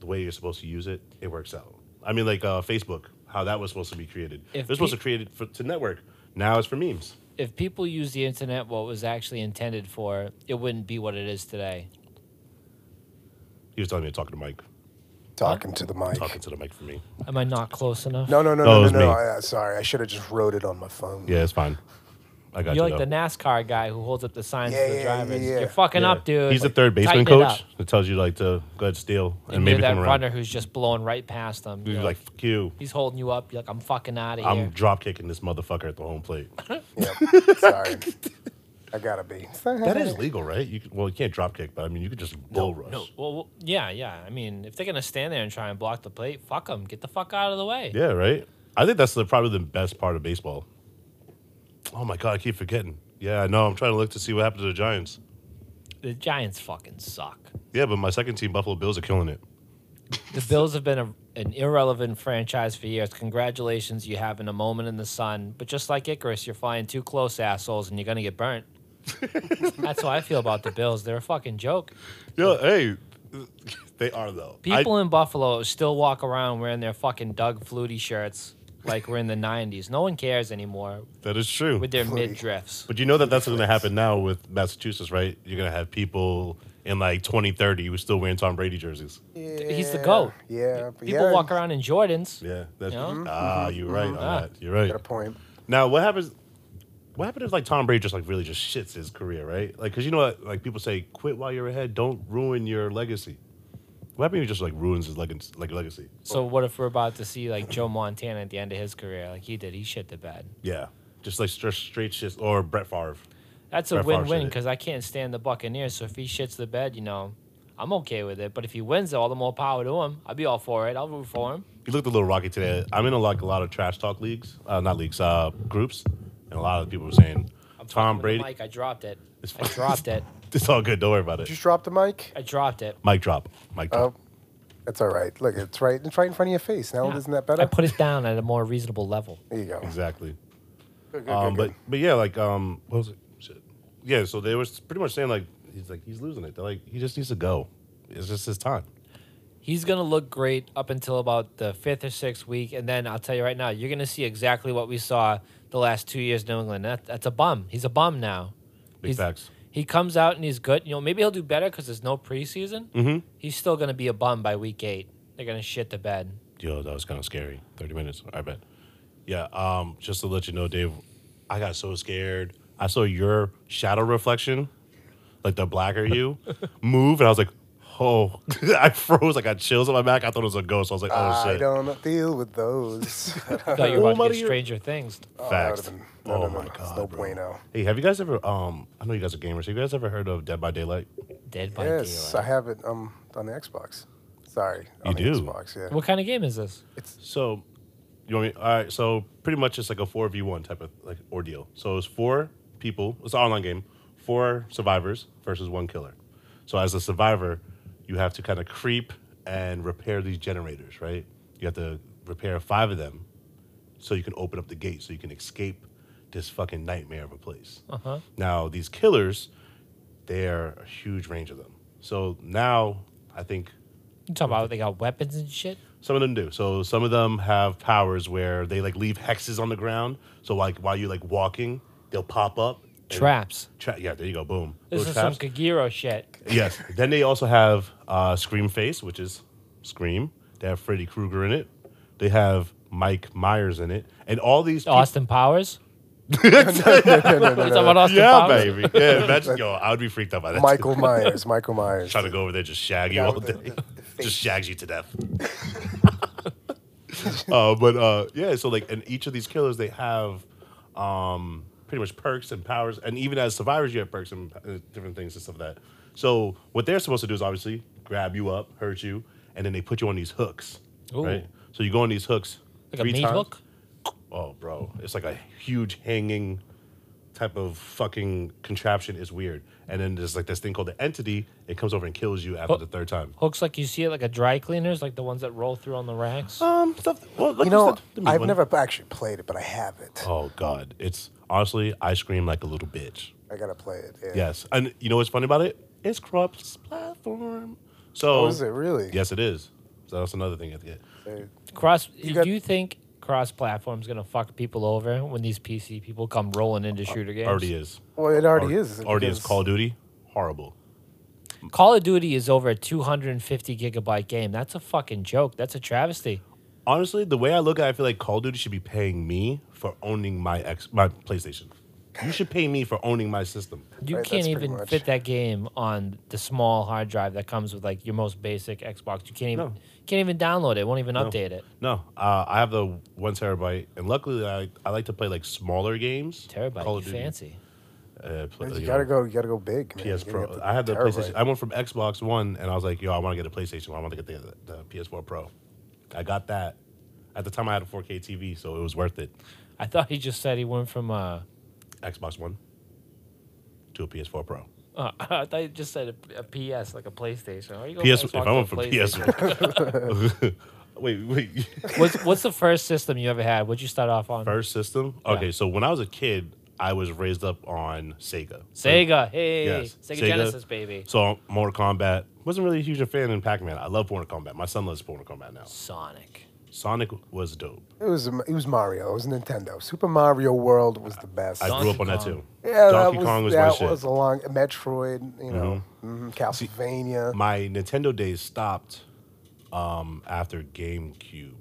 the way you're supposed to use it, it works out. I mean, like uh, Facebook, how that was supposed to be created.
If
They're supposed to
peop-
create it for, to network. Now it's for memes.
If people use the internet what it was actually intended for, it wouldn't be what it is today.
He was telling me to talk to Mike,
Talking to the mic.
talking to the mic for me.
Am I not close enough?
No, no, no,
No, it
no, no,
was
no.
me.
I- I- sorry, I should have just wrote it on my phone.
Yeah, it's fine. I got
You're
you.
like the
though.
NASCAR guy who holds up the signs
Yeah,
for the
yeah, yeah,
drivers.
yeah.
You're fucking
Yeah.
up, dude.
He's the third baseman
Tighten it
coach that tells you like to go ahead steal and,
And
maybe
you're that
come around.
runner who's just blowing right past them.
He's
You're
like,
like,
"Fuck you!
he's holding you up. You're like, I'm fucking out of
I'm
here.
drop kicking this motherfucker at the home plate."
Yep. sorry. I gotta be.
that is legal, right? You could, well, you can't drop kick, but I mean, you could just bull rush.
No, well, well, yeah, yeah. I mean, if they're gonna stand there and try and block the plate, fuck them. Get the fuck out of the way.
Yeah, right. I think that's the, probably the best part of baseball. Oh my god, I keep forgetting. Yeah, I know. I'm trying to look to see what happened to the Giants.
The Giants fucking suck.
Yeah, but my second team, Buffalo Bills, are killing it.
The Bills have been a, an irrelevant franchise for years. Congratulations, you having a moment in the sun. But just like Icarus, you're flying too close, assholes, and you're gonna get burnt. That's how I feel about the Bills. They're a fucking joke.
Yo, hey, they are though. I-
People in Buffalo still walk around wearing their fucking Doug Flutie shirts like we're in the 90s. No one cares anymore
that is true.
with their
Flutie.
mid drifts.
But you know that that's going to happen now with Massachusetts, right? You're going to have people in like 2030 who's still wearing Tom Brady jerseys.
He's the GOAT.
Yeah. but
People
yeah,
walk around in Jordans.
Yeah, that's
Yeah.
ah, you're right on
Ah.
that. You're right.
Got a point.
Now, what happens? What happened if like Tom Brady just like really just shits his career, right? Like, cause you know what? Like people say, quit while you're ahead. Don't ruin your legacy. What happened if he just like ruins his leg- like legacy?
So what if we're about to see like Joe Montana at the end of his career, like he did? He shit the bed.
Yeah, just like straight, straight shits or Brett Favre.
That's a
Brett Favre said
win-win
it.
because I can't stand the Buccaneers. So if he shits the bed, you know, I'm okay with it. But if he wins, all the more power to him. I'd be all for it. I'll root for him.
You looked a little rocky today. I'm in a, like a lot of trash talk leagues, uh, not leagues, uh, groups, and a lot of people were saying Tom
I'm fucking with the
Brady.
Mike, I dropped it.
It's
I
fine.
dropped it.
It's all good. Don't worry about
Did
it.
you just drop the mic?
I dropped it.
Mic drop. Mic drop.
Oh, that's all right. Look, it's right. It's right in front of your face. Now isn't that better?
I put it down at a more reasonable level.
there you go.
Exactly.
Oh. Good, good, good,
Um,
good.
but but yeah, like um, what was it? Shit. Yeah, so they were pretty much saying like he's like he's losing it. They're like he just needs to go. It's just his time.
He's gonna look great up until about the fifth or sixth week, and then I'll tell you right now, you're gonna see exactly what we saw the last two years in New England. That, that's a bum. He's a bum now.
Big
He's-
facts.
He comes out and he's good. You know, maybe he'll do better because there's no preseason. Mm-hmm. He's still gonna be a bum by week eight. They're gonna shit the bed.
Yo, that was kind of scary. Thirty minutes. I bet. Yeah. Um, just to let you know, Dave, I got so scared. I saw your shadow reflection, like the blacker you, move, and I was like, oh, I froze. I got chills on my back. I thought it was a ghost. I was like, oh
I
shit.
don't deal with those.
I thought you were
Oh,
about to
buddy,
get
you're-
Stranger Things.
that
Facts.
would've been- no,
Oh
no, no,
my
it's
god.
no
bro.
bueno.
Hey, have you guys ever? Um, I know you guys are gamers. Have you guys ever heard of Dead by Daylight?
Dead by
Yes, I
Daylight.
have it um on the Xbox. Sorry, on
You
the
do?
Xbox. Yeah.
What kind of game is this?
So, you want me? All right. So pretty much it's like a four v one type of like ordeal. So it's four people. It's an online game. Four survivors versus one killer. So as a survivor, you have to kind of creep and repair these generators, right? You have to repair five of them, so you can open up the gate, so you can escape this fucking nightmare of a place.
Uh-huh.
Now these killers, there are a huge range of them. So now I think
You talking about they got weapons and shit?
some of them do. So some of them have powers where they like leave hexes on the ground. So like while you're like walking, they'll pop up. and-
Traps.
Tra- yeah, there you go. Boom.
This
Little
is some
traps.
Kagiro shit.
yes. Then they also have uh, Scream Face, which is Scream. They have Freddy Krueger in it. They have Mike Myers in it, and all these. peop-
Austin Powers.
No, no, no,
You
no,
talking about
no.
Austin
Yeah,
Powers?
baby. Yeah, imagine. yo, I would be freaked out by that.
Michael Myers. Michael Myers.
Trying to go over there, just shag you
guy
all
with the-
day,
the- the face.
just shags you to death. uh, but uh, yeah, so like, and each of these killers, they have um, pretty much perks and powers, and even as survivors, you have perks and uh, different things and stuff like that. So what they're supposed to do is obviously grab you up, hurt you, and then they put you on these hooks,
Ooh.
right? So you go on these hooks,
Like a
three
meat
times.
hook?
Oh, bro, it's like a huge hanging type of fucking contraption. It's weird. And then there's like this thing called the entity. It comes over and kills you after
Oh.
the third time.
Hooks like you see it like a dry cleaners, like the ones that roll through on the racks.
Uh,
Um, stuff. Well, like
You know,
said, the meat
I've
one.
never actually played it, but I have it.
Oh God, it's honestly, I scream like a little bitch.
I gotta play it. Yeah.
Yes, and you know what's funny about it? It's cross platform. So
Oh, is it really?
Yes, it is. So that's another thing you have to get.
Cross.
You
do
got-
you think cross platform's gonna fuck people over when these PC people come rolling into shooter games?
Uh, Already is.
Well, it already is.
Already is
because-
Call of Duty. Horrible.
Call of Duty is over a 250 gigabyte game. That's a fucking joke. That's a travesty.
Honestly, the way I look at it, I feel like Call of Duty should be paying me for owning my ex my PlayStation. You should pay me for owning my system.
You
Right, that's
can't
pretty
even
much-
fit that game on the small hard drive that comes with like your most basic Xbox. You can't even
No.
can't even download it. Won't even update it.
No, uh, I have the one terabyte, and luckily I, I like to play like smaller games.
Terabyte,
Call
you
of Duty.
fancy.
Uh, play,
You
you
gotta
know,
go. You gotta go big. Man.
PS
You
Pro.
gotta get
I had the
terabyte.
PlayStation. I went from Xbox One, and I was like, "Yo, I want to get a PlayStation. I want to get the, the PS4 Pro." I got that. At the time, I had a 4K TV, so it was worth it.
I thought he just said he went from uh,
Xbox One to a PS4 Pro.
uh I thought he just said a, a PS like a PlayStation. Why you go
PS.
from
If
Xbox
I
to
went from
PlayStation?
PS1, wait, wait.
What's what's the first system you ever had? What'd you start off on?
First system.
Yeah.
Okay, so when I was a kid, I was raised up on Sega.
Sega, hey,
Yes.
Sega,
Sega.
Genesis, baby.
So Mortal Kombat wasn't really a huge a fan in Pac Man. I love Mortal Kombat. My son loves Mortal Kombat now.
Sonic.
Sonic was dope.
It was. It was Mario. It was Nintendo. Super Mario World was the best.
I grew
Donkey
up on that
Kong.
too.
yeah,
Donkey
that was,
Kong was
that
my shit. Mm-hmm.
was a long Metroid. You know, mhm, Castlevania,
my Nintendo days stopped um, after GameCube.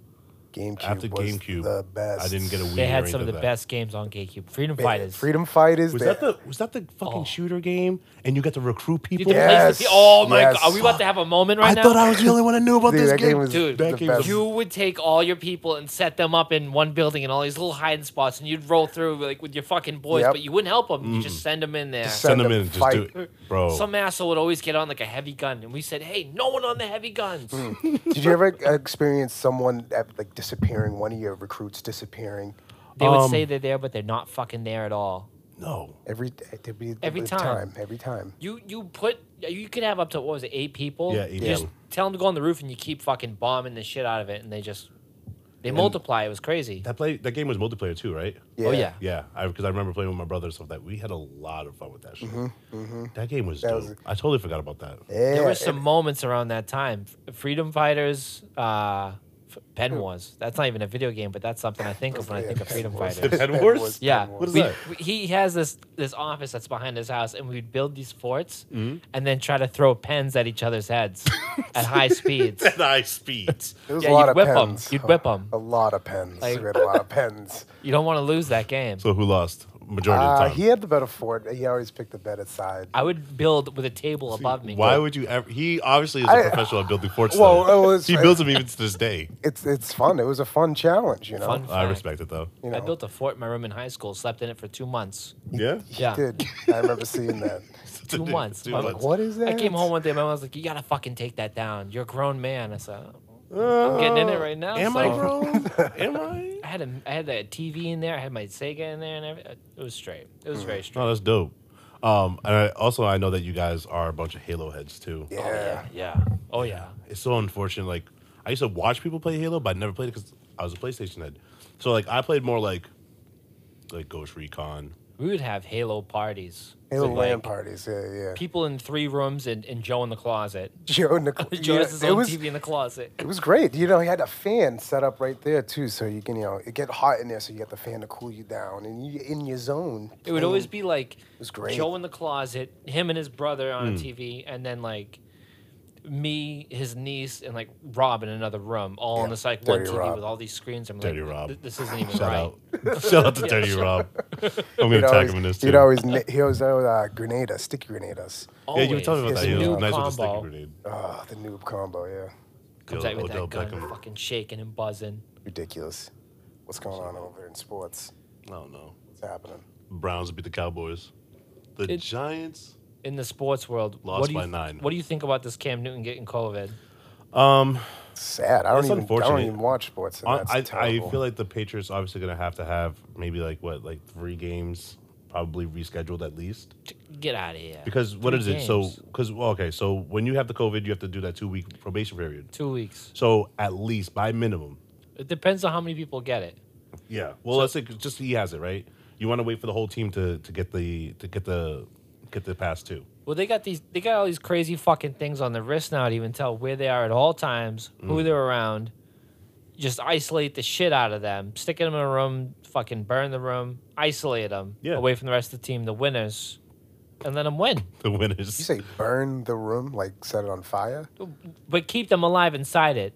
GameCube
After
was
GameCube,
the best.
I didn't get a Wii.
They
or
had some
any
of the
that.
best games on GameCube. Freedom
Yeah,
Fighters.
Freedom Fighters.
Was
they-
that the was that the fucking
Oh.
shooter game? And you got to recruit
Did
people.
you
Yeah.
place the- oh my
Yes.
god, are we about to have a moment right
I
now?
thought I was the only one that knew about
Dude,
this
that
game.
game was
Dude,
the
that game was
best.
you would take all your people and set them up in one building in all these little hiding spots, and you'd roll through like with your fucking boys,
Yep.
but you wouldn't help them. You just send them in there.
Just
Send
Send
them
a
in, just
fight.
do it, bro.
Some asshole would always get on like a heavy gun, and we said, "Hey, no one on the heavy guns."
Did you ever experience someone uh, like disappearing? One of your recruits disappearing
They would
Um,
say they're there, but they're not fucking there at all.
no,
every there'd be- every
Every time.
time. Every time.
You you put you could have up to what was it eight people?
Yeah, eight
You just
people.
tell them to go on the roof, and you keep fucking bombing the shit out of it, and they just they multiply. It was crazy.
that play that game was multiplayer too, right?
Oh yeah.
Yeah, because I, remember playing with my brother and stuff like that. We had a lot of fun with that shit. That game was
Mm-hmm, That
dope.
was-
I totally forgot about that.
Yeah,
there were
it-
some moments around that time. F- Freedom Fighters, uh, f- Pen Wars. That's not even a video game, but that's something I think of when I
Yeah,
think of
Pen
Freedom
Wars.
Fighters.
Pen
Pen
Wars?
Wars, Pen
Yeah,
Wars.
What is
we-
that?
we- he has this this office that's behind his house, and we'd build these forts
Mm-hmm.
and then try to throw pens at each other's heads at high speeds.
That high speeds.
There was a
yeah,
lot
you'd
of
whip 'em.
pens.
You'd whip 'em.
Oh.
A lot of pens.
Like-
we had a lot of pens.
You don't want to lose that game.
So who lost majority of the
Uh,
time?
he had the better fort. He always picked the better side.
I would build with a table above me.
Why would you ever? He obviously is a
I-
professional at building forts.
Well,
though.
it was-
he builds them even to this day.
It's it's fun. It was a fun challenge. You know.
Fun
I
fact.
respect it though.
You
I
know.
built a fort in my room in high school, slept in it for two months.
Yeah,
He
Yeah.
did. I remember seeing that.
Two months.
Two
Well,
months.
What is that?
I came home one day, my mom was like, You gotta fucking take that down. You're a grown man. I said, I'm getting in it right now.
Oh. Am
so.
I grown? Am I?
I had a, I had a TV in there. I had my Sega in there, and everything. It was straight. It was
Oh,
very straight.
No, that's dope. Um, and I, also I know that you guys are a bunch of Halo heads too.
Yeah.
Yeah. Oh yeah.
It's so unfortunate. Like I used to watch people play Halo, but I never played it because I was a PlayStation head. So like I played more like like Ghost Recon.
We would have Halo parties.
Halo
With,
LAN
like,
parties. Yeah, yeah.
People in three rooms and, and Joe in the closet.
Joe Nicole.
Joe has his
it
own
was
TV in the closet.
it was great. You know, he had a fan set up right there too, so you can you know it get hot in there, so you get the fan to cool you down, and you in your zone.
It would always be like
was great. Hmm.
Joe in the closet, him and his brother on a TV, and then like me, his niece, and like Rob in another room, all on
Yeah.
this like one
Dirty
TV
Rob.
with all these screens. I'm
Dirty
like,
Rob.
th- this isn't even
Shout
right.
out. Shout out to
Yeah,
Dirty
shout-
Rob. I'm gonna
He'd
tag
always,
him in this too.
he'd always ni- he always oh, uh, Grenada, sticky Grenadas.
yeah, you were talking about that.
Always.
It's
He
a
was
new
nice with the sticky
combo.
grenade.
Oh, the noob combo, yeah,
Comes
Yo,
out with
Odell
that gun,
Beckham.
fucking shaking and buzzing.
ridiculous. What's going on over there in sports?
I don't know.
What's happening?
Browns beat the Cowboys. The
It-
Giants.
in the sports world,
Lost
what do you,
by nine.
What do you think about this Cam Newton getting COVID?
Sad. I don't
It's
even. I
unfortunate.
don't even watch sports. And
I,
that's
I, I
terrible.
feel like the Patriots obviously gonna have to have maybe like what like three games probably rescheduled at least
T- Get out of here.
because what
Three
is it? So
games.
because well, okay, so when you have the COVID, you have to do that two week probation period.
two weeks.
So at least by minimum.
It depends on how many people get it.
Yeah. Well, let's say 'cause just he has it right. You want to wait for the whole team to to get the to get the get the pass too.
Well, they got these. They got all these crazy fucking things on their wrist now to even tell where they are at all times,
Mm.
who they're around. Just isolate the shit out of them. Stick them in a room. Fucking burn the room. Isolate them
Yeah.
away from the rest of the team, the winners, and let them win.
The
You
winners.
say burn the room, like set it on fire.
But keep them alive inside it.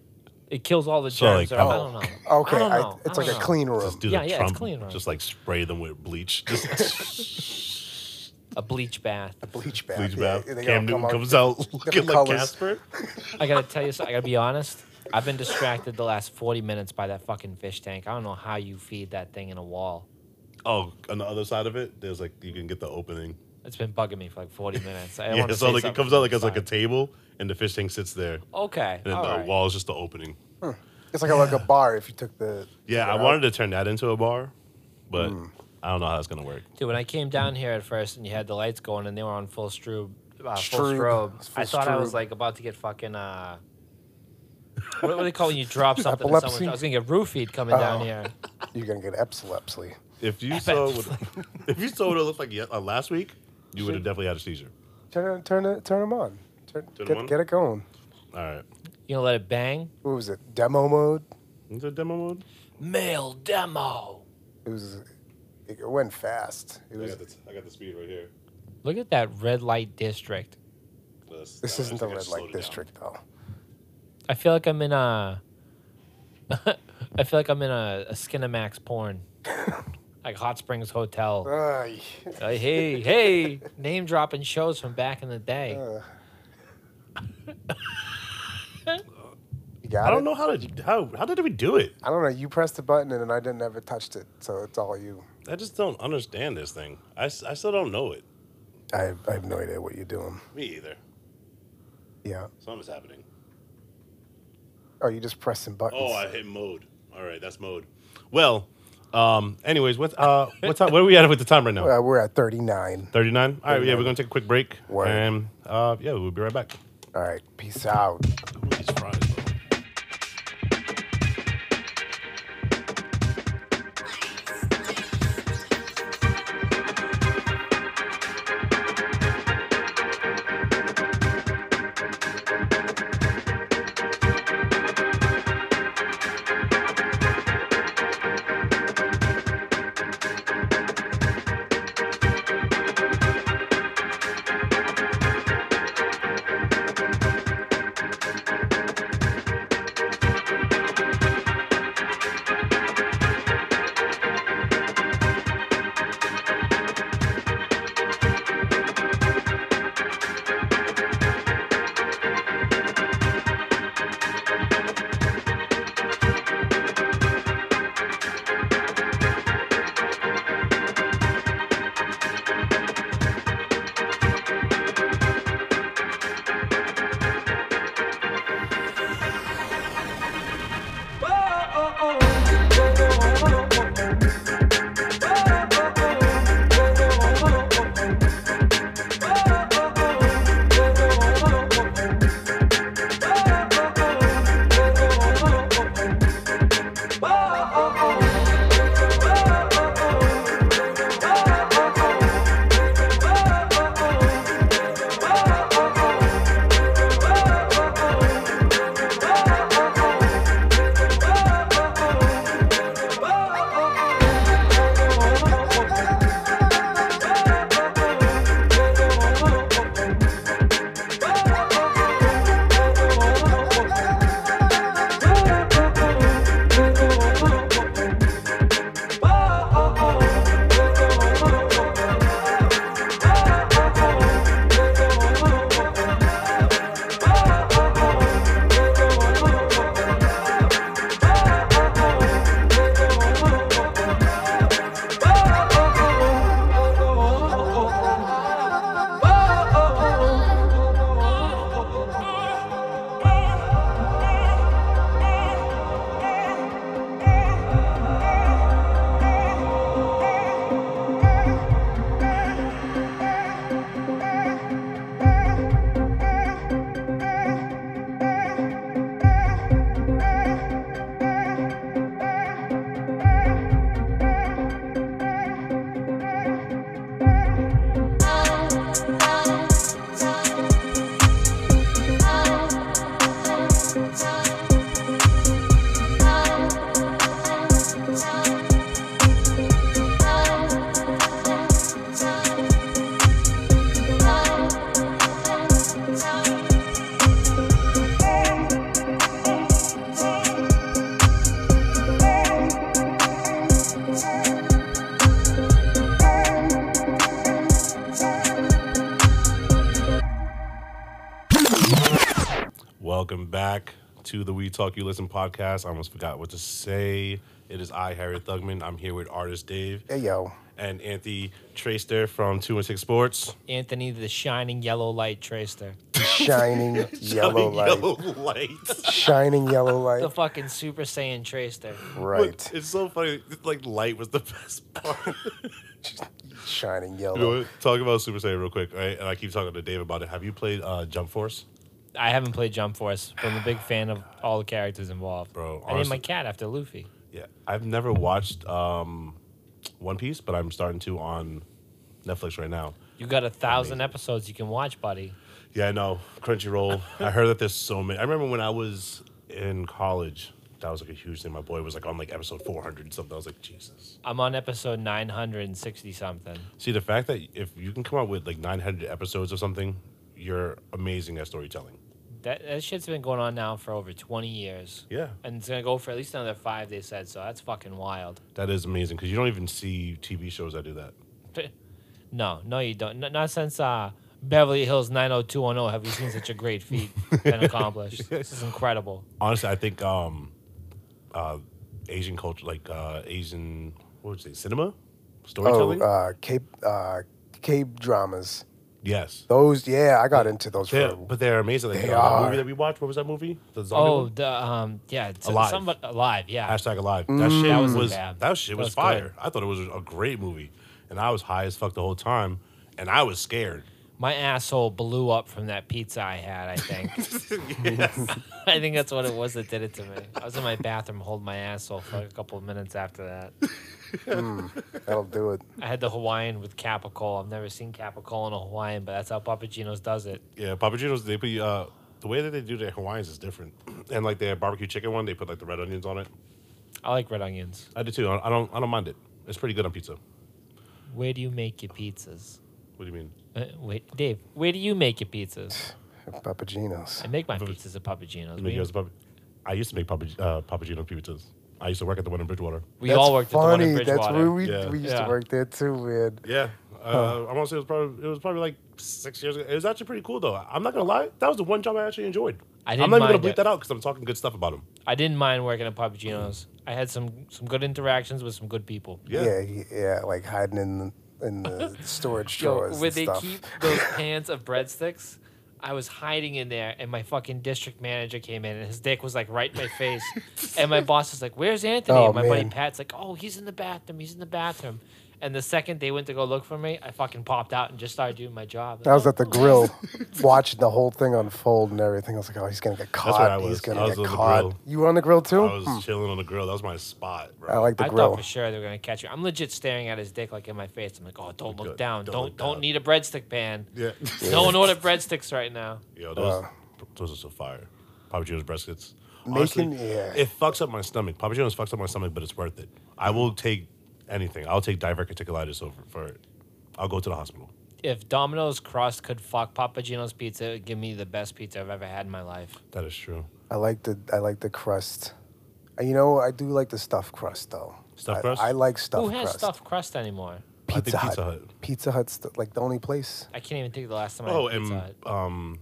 It kills all the
So, like,
germs. or- I
oh.
don't know.
Okay,
I don't
I
know.
it's
I
like
don't
a
know.
clean room.
Just do
Yeah,
the
yeah, it's
Trump.
clean, right?
Just like spray them with bleach. Just
A bleach bath.
bleach bath.
bleach
yeah,
bath.
they gotta
Cam Newton
come out-
comes out looking like
colours.
Casper.
I gotta tell you, something. I gotta be honest. I've been distracted the last forty minutes by that fucking fish tank. I don't know how you feed that thing in a wall.
Oh, on the other side of it, there's like you can get the opening.
It's been bugging me for like forty minutes. I
yeah,
wanna
so
say
like it
something.
comes out like as like a
Sorry.
table, and the fish tank sits there,
Okay.
and then
all
the
right.
wall is just the opening.
It's like a, like a bar if you took the.
Yeah,
took it
I
out.
wanted to turn that Hmm. into a bar, but I don't know how it's gonna work.
Dude, when I came down here at first and you had the lights going and they were on full strobe, uh, full
Strobe.
strobe,
It's full
I thought I was
strobe.
like about to get fucking uh. What, what do they call when you drop something? To
Epilepsy?
someone? I was gonna get roofied coming down
Oh.
here.
You're gonna get epilepsy.
If you saw what, if you saw what it looked like ye- uh, last week, you would have definitely had a seizure.
Turn it- turn it, turn them on. Turn,
Turn 'em
get,
on?
get it going.
All right,
You gonna let it bang?
What was it? Demo mode.
is it demo mode?
Male demo.
It was. It went fast. It was.
the, I got the speed right here.
Look at that red light district.
This isn't the red light district though.
I feel like I'm in a I feel like I'm in a, a Skinamax porn, like Hot Springs Hotel.
Ay.
Like, hey, hey, name dropping shows from back in the day.
You got
I
it?
don't know how to how how did we do it?
I don't know. You pressed the button and then I didn't ever touched it, so it's all you.
I just don't understand this thing. I, s- I still don't know it.
I have, I have no idea what you're doing.
Me either.
Yeah.
Something's happening.
Oh, you're just pressing buttons.
Oh, I hit mode. All right, that's mode. Well, um, anyways, what uh, what time? Where are we at with the time right now?
Uh, we're at 39.
Thirty nine. All right, yeah,
39.
we're gonna take a quick break,
Word.
and uh, yeah, we'll be right back.
All right. Peace out.
Ooh, these fries, bro. Welcome back to the We Talk You Listen podcast. I almost forgot what to say. It is I, Harriet Thugman. I'm here with artist Dave
Hey, yo.
and Anthony Traster from Two and Six Sports.
Anthony, the shining yellow light tracer,
Shining yellow light.
Yellow lights.
Shining yellow
the
light.
fucking Super Saiyan tracer.
Right.
It's so funny. Like light was the best part.
Shining
You know
yellow.
what? Talk about Super Saiyan real quick, right? And I keep talking to Dave about it. Have you played uh, Jump Force?
I haven't played Jump Force, but I'm a big fan of all the characters involved.
Bro,
I named my
honestly-
cat after Luffy.
Yeah, I've never watched um, One Piece, but I'm starting to on Netflix right now.
You got a thousand episodes you can watch, buddy.
Yeah, I know Crunchyroll. I heard that there's so many. I remember when I was in college, that was like a huge thing. My boy was like on like episode 400 and something. I was like, Jesus.
I'm on episode 960 something.
See, the fact that if you can come out with like 900 episodes of something, you're amazing at storytelling.
that that shit's been going on now for over twenty years.
Yeah.
and it's gonna go for at least another five. They said so. That's fucking wild.
That is amazing because you don't even see TV shows that do that.
No, no, you don't. N- not since uh, Beverly Hills 90210 have you seen such a great feat been accomplished. This is incredible.
Honestly, I think um, uh, Asian culture, like uh, Asian, what would you say, cinema,
Oh,
storytelling.
uh, Cape uh, Cape dramas.
yes,
Those, yeah, I got into those.
They're-
For,
but they're amazing. Like,
They
uh, that
are.
movie that we watched. What was that movie? The zombie
Oh,
one?
the, um, yeah, it's
Alive.
Somewhat alive, yeah.
Hashtag Alive.
Mm.
That shit
That
was
wasn't bad.
that shit
That
was,
was
fire.
good.
I thought it was a great movie, and I was high as fuck the whole time, and I was scared.
My asshole blew up from that pizza I had. I think. I think that's what it was that did it to me. I was in my bathroom holding my asshole for a couple of minutes after that.
that'll do it.
I had the Hawaiian with Capicola. I've never seen Capicola in a Hawaiian, but that's how Papagino's does it.
Yeah, Papaginos. They put uh, the way that they do their Hawaiians is different, and like their barbecue chicken one, they put like the red onions on it.
I like red onions.
I do too. I I don't. I don't mind it. It's pretty good on pizza.
Where do you make your pizzas?
What do you mean?
Uh, wait, Dave, where do you make your pizzas?
Papaginos.
I make my pizzas at Papagino's.
Make
We,
yours Papa- I used to make Papa, uh, Papagino pizzas. I used to work at the one in Bridgewater.
we all worked at the one in
That's where
Bridgewater.
we,
Yeah.
we used
Yeah.
to work there too, man.
Yeah, uh, I want to say it was probably it was probably like six years ago. It was actually pretty cool though. I'm not gonna lie, that was the one job I actually enjoyed.
I
I'm
didn't
not even gonna
mind
bleep
it.
that out because I'm talking good stuff about him.
I didn't mind working at Papagino's. I had some some good interactions with some good people.
Yeah.
Yeah, yeah, like hiding in the, in the storage
Yo,
drawers
where
and
they
stuff.
keep those pans of breadsticks, I was hiding in there, and my fucking district manager came in, and his dick was like right in my face, and my boss was like, "Where's Anthony?"
Oh,
and my buddy
man.
Pat's like, "Oh, he's in the bathroom. He's in the bathroom." And the second they went to go look for me, I fucking popped out and just started doing my job.
I was at the
Oh.
grill watching the whole thing unfold and everything. I was like, oh, he's going to get caught.
That's where I was.
He's going
I
to
was
get
on the
caught.
grill.
You were on the grill too?
I was chilling on the grill. That was my spot, bro.
I like the
I
grill.
thought for sure they were gonna catch you. I'm legit staring at his dick like in my face. I'm like, oh, don't look
Good.
down.
Don't
Don't
look
don't,
down.
need a breadstick pan.
Yeah,
No one ordered breadsticks right now.
yo, those
Uh.
those are so fire. Papa John's briskets. Honestly,
Making- yeah.
it fucks up my stomach. Papa John's fucks up my stomach, but it's worth it. I will take anything. I'll take diverticulitis over for it. I'll go to the hospital.
If Domino's crust could fuck Papagino's pizza, it would give me the best pizza I've ever had in my life.
That is true.
I like the I like the crust. Uh, You know, I do like the stuffed crust though.
Stuffed
I,
crust?
I like stuffed
Who has
crust.
stuffed crust anymore?
I think
Pizza Hut.
Pizza Hut.
Pizza Hut's the, like the only place.
I can't even think of the last time
Oh,
I had
and
pizza. Hut.
um,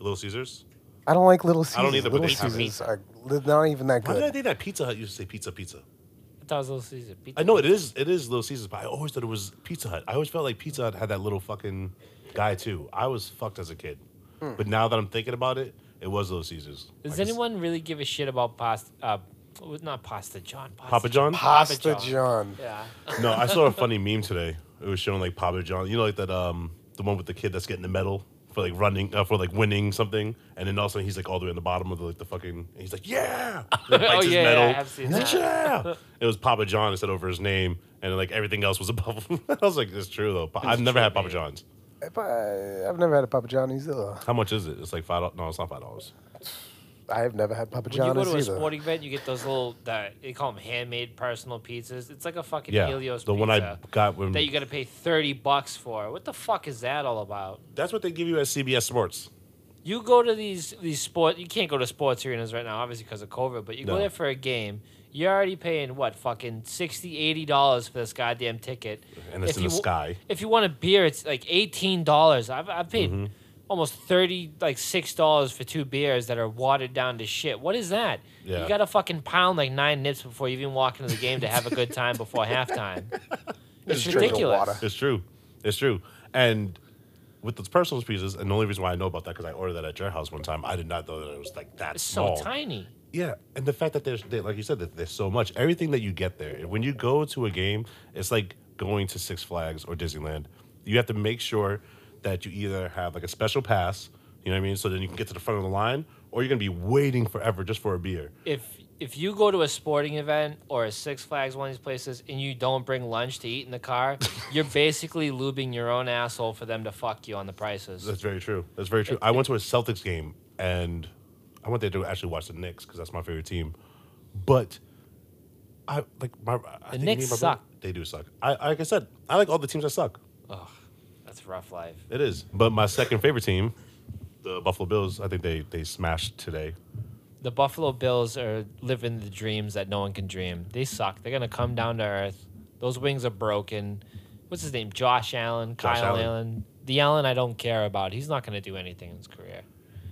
Little Caesars.
I don't like Little Caesars.
I don't either, but
Little
they have it.
Caesars are li- not even that
Why did I
good.
think that Pizza Hut used to say pizza pizza?
I thought it was Little Caesar pizza.
I know it is it is Little Caesars, but I always thought it was Pizza Hut. I always felt like Pizza Hut had that little fucking guy too. I was fucked as a kid, but now that I'm thinking about it, it was Little Caesars.
Does
Like, it's-
anyone really give a shit about pasta? Uh, not pasta John. Pasta
Papa John?
Pasta
Papa
John.
Yeah.
No, I saw a funny meme today. It was showing like Papa John. You know, like that um the one with the kid that's getting the medal for like running uh, for like winning something, and then all of a sudden he's like all the way in the bottom of the like the fucking. And he's like, yeah, like, bites
Oh,
his
yeah, yeah,
medal.
I have seen
He's like, yeah, it was Papa John instead over his name, and like everything else was above him. I was like, it's true though. Pa- I've never had Papa John's.
Eh, but I- I've never had a Papa John's either.
How much is it? It's like five. dollars. No, it's not five dollars.
I have never had Papa
When you go
John's
to a
either.
sporting event, you get those little that they call them handmade personal pizzas. It's like a fucking
Yeah,
Helios
the
pizza
one I got when.
that you got to pay thirty bucks for. What the fuck is that all about?
that's what they give you at CBS Sports.
You go to these these sport. You can't go to sports arenas right now, obviously because of COVID. But you
No.
go there for a game. You're already paying what fucking 60 dollars for this goddamn ticket.
And it's in
you
the
wa-
sky.
If you want a beer, it's like eighteen dollars. I've I've paid
Mm-hmm.
almost thirty, like six dollars for two beers that are watered down to shit. What is that?
Yeah.
You got to fucking pound like nine nips before you even walk into the game to have a good time before halftime. It's,
Just drink the
ridiculous.
water.
It's true. It's true. And with those personal pizzas, and the only reason why I know about that because I ordered that at your house one time. I did not know that it was like that
It's so
small.
tiny.
Yeah, and the fact that there's they, like you said that there's so much everything that you get there. When you go to a game, it's like going to Six Flags or Disneyland. You have to make sure that you either have like a special pass, you know what I mean, so then you can get to the front of the line, or you're gonna be waiting forever just for a beer.
if if you go to a sporting event or a Six Flags one of these places and you don't bring lunch to eat in the car, you're basically lubing your own asshole for them to fuck you on the prices.
That's very true. That's very true. I went to a Celtics game and I went there to actually watch the Knicks because that's my favorite team. But I like my I think me and
Knicks
my bro-
suck.
They do suck. I like I said, I like all the teams that suck.
That's rough life.
It is. But my second favorite team the Buffalo Bills, I think they they smashed today.
The Buffalo Bills are living the dreams that no one can dream. They suck. They're gonna come down to earth. Those wings are broken. What's his name? Josh Allen,
Josh
Kyle
Allen.
Allen. The Allen I don't care about. He's not gonna do anything in his career.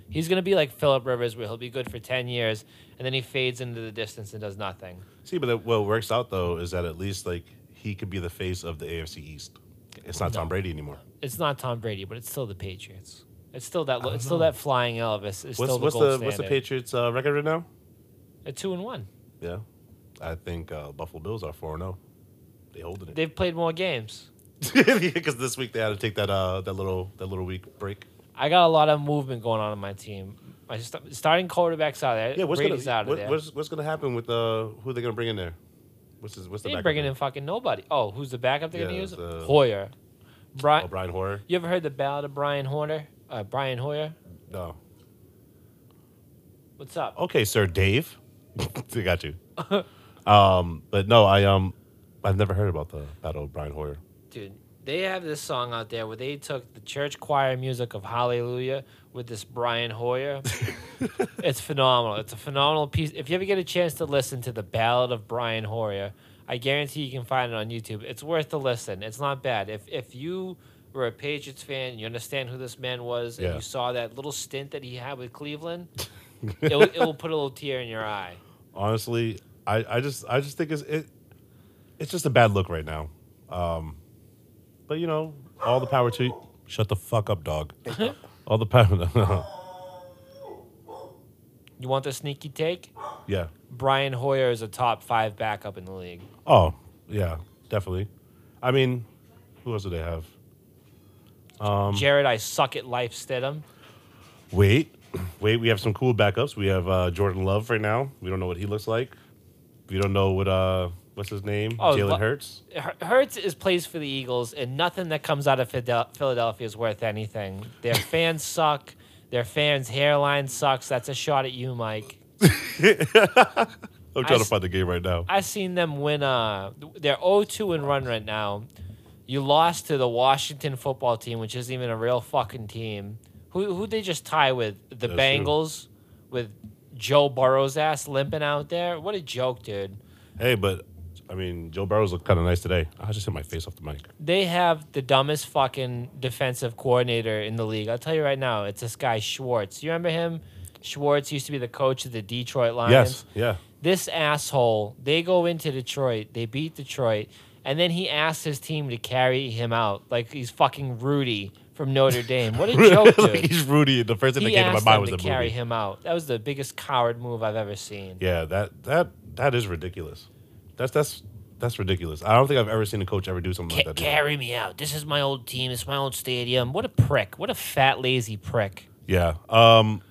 He's gonna be like Philip Rivers, where he'll be good for ten years, and then he fades into the distance and does nothing.
See, but that, what works out though is that at least like he could be the face of the AFC East. It's not Tom Brady anymore.
It's not Tom Brady, but it's still the Patriots. It's still that. It's still that flying Elvis. It's
What's
still the
what's
gold
the what's the
standard.
Patriots uh, record right now?
A two and one.
Yeah, I think uh, Buffalo Bills are four and zero. They holding it
They've played more games.
because this week they had to take that uh, that little that little week break.
I got a lot of movement going on in my team. My st- starting quarterbacks out there.
Yeah, what's
Brady's
gonna
out of
what-
there.
what's what's gonna happen with uh, who they're gonna bring in there? What's his, what's the
they ain't
backup
bringing
name?
in fucking nobody. Oh, who's the backup they're
Yeah,
gonna use?
the-
Hoyer. Brian.
Oh, Brian Hoyer.
you ever heard the ballad of Brian Horner? Uh, Brian Hoyer.
No.
What's up?
Okay, sir, Dave. I got you. um, but no, I um, I've never heard about the battle of Brian Hoyer.
dude they have this song out there where they took the church choir music of hallelujah with this brian hoyer it's phenomenal it's a phenomenal piece if you ever get a chance to listen to the ballad of brian hoyer i guarantee you can find it on youtube it's worth the listen it's not bad if if you were a patriots fan and you understand who this man was
Yeah.
and you saw that little stint that he had with cleveland it, will, it will put a little tear in your eye
Honestly, I, I just I just think it's it, it's just a bad look right now. Um, but you know, all the power to shut the fuck up, dog. all the power.
you want the sneaky take
yeah.
brian hoyer is a top five backup in the league
Oh yeah, definitely. I mean, who else do they have? Mm-hmm.
Jared, I suck at life, Stidham.
Wait, wait. We have some cool backups. We have uh, Jordan Love right now. We don't know what he looks like. We don't know what uh what's his name.
Oh,
Jalen
Lo-
Hurts.
Her- Hertz is plays for the Eagles, and nothing that comes out of Fidel- Philadelphia is worth anything. Their fans suck. Their fans' hairline sucks. That's a shot at you, Mike.
I'm trying to
s-
find the game right now.
I seen them win. Uh, they're 0-2 and run right now. You lost to the Washington football team, which isn't even a real fucking team. Who who they just tie with the
That's true.
Bengals with Joe Burrow's ass limping out there. What a joke, dude.
Hey, but I mean, Joe Burrows looked kind of nice today. I just hit my face off the mic.
they have the dumbest fucking defensive coordinator in the league. I'll tell you right now, it's this guy Schwartz. You remember him? Schwartz used to be the coach of the Detroit Lions.
Yes, yeah.
This asshole, they go into Detroit, they beat Detroit, and then he asks his team to carry him out like he's fucking Rudy from Notre Dame. What a joke, dude.
like he's Rudy. The first thing that
he
came to my
asked
mind
them
was
to
the
carry
movie.
him out. That was the biggest coward move I've ever seen.
Yeah, that that that is ridiculous. That's that's that's ridiculous. I don't think I've ever seen a coach ever do something
Ca-
like that. either.
carry me out. This is my old team. It's my old stadium. What a prick. What a fat, lazy prick.
Yeah. Um,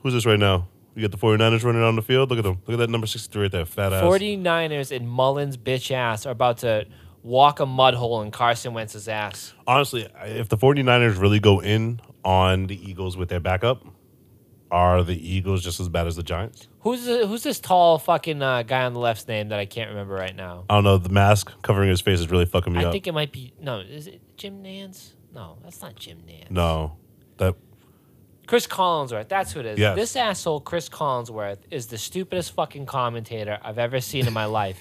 who's this right now? You got the 49ers running on the field. Look at them. Look at that number 63 right there. Fat ass.
49ers and Mullins bitch ass are about to walk a mud hole in Carson Wentz's ass.
Honestly, I- if the 49ers really go in on the Eagles with their backup, are the Eagles just as bad as the Giants?
Who's the, who's this tall fucking uh, guy on the left's name that I can't remember right now?
I don't know. The mask covering his face is really fucking me
I
up.
think it might be no, is it Jim Nance? No, that's not Jim Nance.
no. That
Chris Collinsworth, that's who it is.
Yes.
This asshole Chris Collinsworth is the stupidest fucking commentator I've ever seen in my life.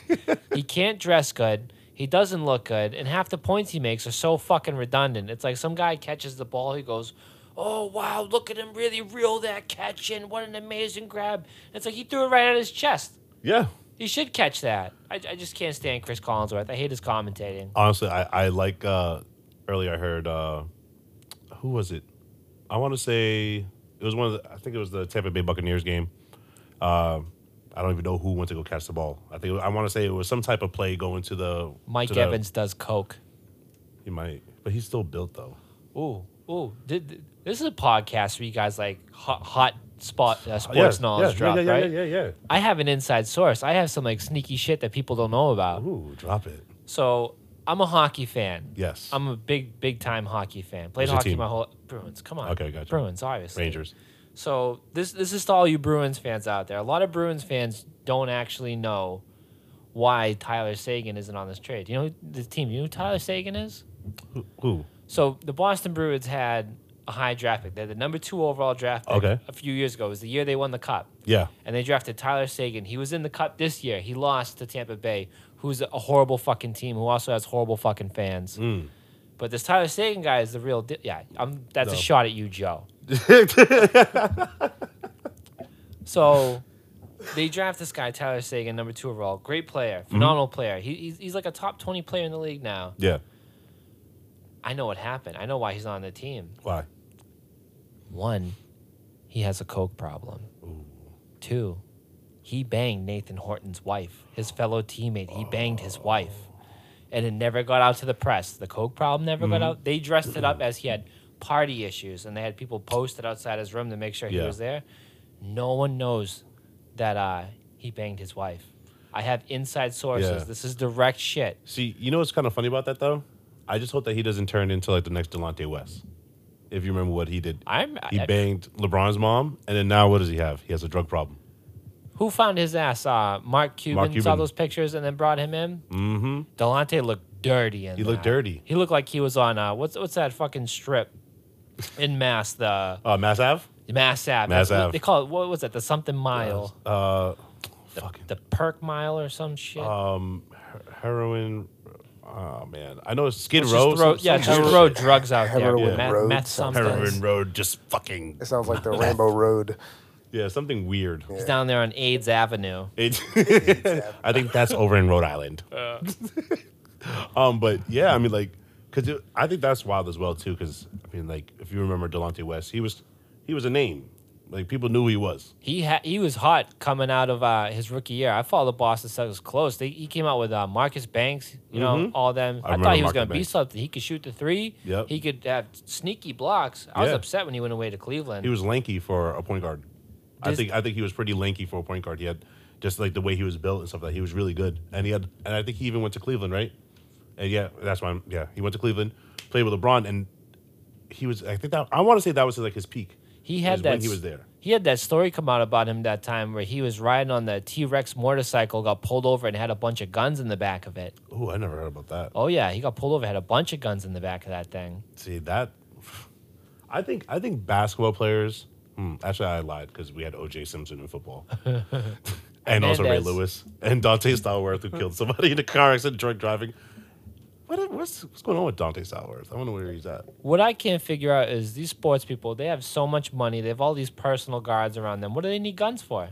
he can't dress good. He doesn't look good, and half the points he makes are so fucking redundant. It's like some guy catches the ball, he goes, "Oh wow, look at him really reel that catch in! What an amazing grab!" It's like he threw it right at his chest.
Yeah.
He should catch that. I, I just can't stand Chris Collinsworth. I hate his commentating.
Honestly, I, I like uh earlier I heard uh who was it? I want to say it was one of the, I think it was the Tampa Bay Buccaneers game. Uh, I don't even know who went to go catch the ball. I think it was- I want to say it was some type of play going to the
Mike
to the-
Evans does coke.
He might, but he's still built though.
Ooh, ooh. Did, th- this is a podcast where you guys like hot, hot spot uh, sports knowledge drop,
yeah, yeah,
right?
Yeah, yeah,
I have an inside source. I have some like sneaky shit that people don't know about.
yeah. Ooh, drop it.
So I'm a hockey fan.
Yes.
I'm a big, big time hockey fan. Played
Who's your
hockey
team?
my whole Bruins. Come on.
Okay, gotcha.
Bruins, obviously.
Rangers.
So this this is to all you Bruins fans out there. A lot of Bruins fans don't actually know why Tyler Sagan isn't on this trade. You know who- the team. You know who Tyler Sagan is?
Who? who?
So the Boston Bruins had a a high draft pick. They're the number two overall draft pick
Okay.
a few years ago. It was the year they won the cup.
Yeah.
And they drafted Tyler Sagan. He was in the cup this year. He lost to Tampa Bay, who's a horrible fucking team who also has horrible fucking fans.
Mm.
But this Tyler Sagan guy is the real. Di- yeah, I'm, that's a
No.
shot at you, Joe. so they draft this guy, Tyler Sagan, number two overall. Great player,
Mm-hmm.
phenomenal player. He, he's, he's like a top 20 player in the league now.
Yeah.
I know what happened. I know why he's not on the team.
Why?
One, he has a coke problem. Two, he banged Nathan Horton's wife, his fellow teammate. He banged his wife. And it never got out to the press. The coke problem never
Mm-hmm.
got out. They dressed it up as he had party issues and they had people posted outside his room to make sure he
Yeah.
was there. No one knows that uh, he banged his wife. I have inside sources.
Yeah.
This is direct shit.
See, you know what's kind of funny about that though? I just hope that he doesn't turn into like the next Delonte West. If you remember what he did,
I'm-
he
I-
banged LeBron's mom, and then now what does he have? He has a drug problem.
Who found his ass? Uh, Mark, Cuban saw
Cuban.
those pictures and then brought him in. Mm-hmm. Delonte looked dirty in
He looked
that.
dirty.
He looked like he was on uh, what's what's that fucking strip in Mass the
Uh, Mass Ave.
Mass Ave.
Mass
That's what
Ave.
They call it what was it? The something mile,
Uh, fucking
the perk mile or some shit.
Uh, heroin. Oh man, I know it's Skid
Just
Row.
throw-
some-
yeah,
some
just
shit.
throw drugs out there.
Heroin
Meth,
road
meth
something.
something.
Heroin Road. Just fucking
It sounds like the Rainbow Road.
yeah, something weird.
He's down there on AIDS Avenue.
It- I think that's over in Rhode Island.
Uh.
um, but yeah, I mean, like, because I think that's wild as well too. Because I mean, like, if you remember Delonte West, he was he was a name. Like people knew who he was.
He ha- he was hot coming out of uh, his rookie year. I followed the Boston Celtics close. They, he came out with uh, Marcus Banks, you know, all them.
Mm-hmm. I
I,
remember
thought he was
Marcus
going to be
Banks.
something. He could shoot the three.
Yep.
He could have sneaky blocks. I was
Yeah.
upset when he went away to Cleveland.
He was lanky for a point guard. I
Does-
think I think he was pretty lanky for a point guard. He had just like the way he was built and stuff. Like he was really good, and he had and I think he even went to Cleveland, right? And yeah, that's why. I'm, yeah, he went to Cleveland, played with LeBron, and he was. I think that I want to say that was like his peak.
he had
is
that.
when he
s-
was there.
He had that story come out about him that time where he was riding on the T Rex motorcycle, got pulled over, and had a bunch of guns in the back of it.
Oh, I never heard about that.
Oh yeah, he got pulled over, had a bunch of guns in the back of that thing.
See that? I think I think basketball players. Hmm, actually, I lied because we had O.J. Simpson in football, and also Ray
Hernandez.
Lewis and Dante Stallworth, who killed somebody in a car accident drunk driving. What, what's what's going on with Dante Stallworth? I wonder where he's at.
What I can't figure out is these sports people. They have so much money. They have all these personal guards around them. What do they need guns for?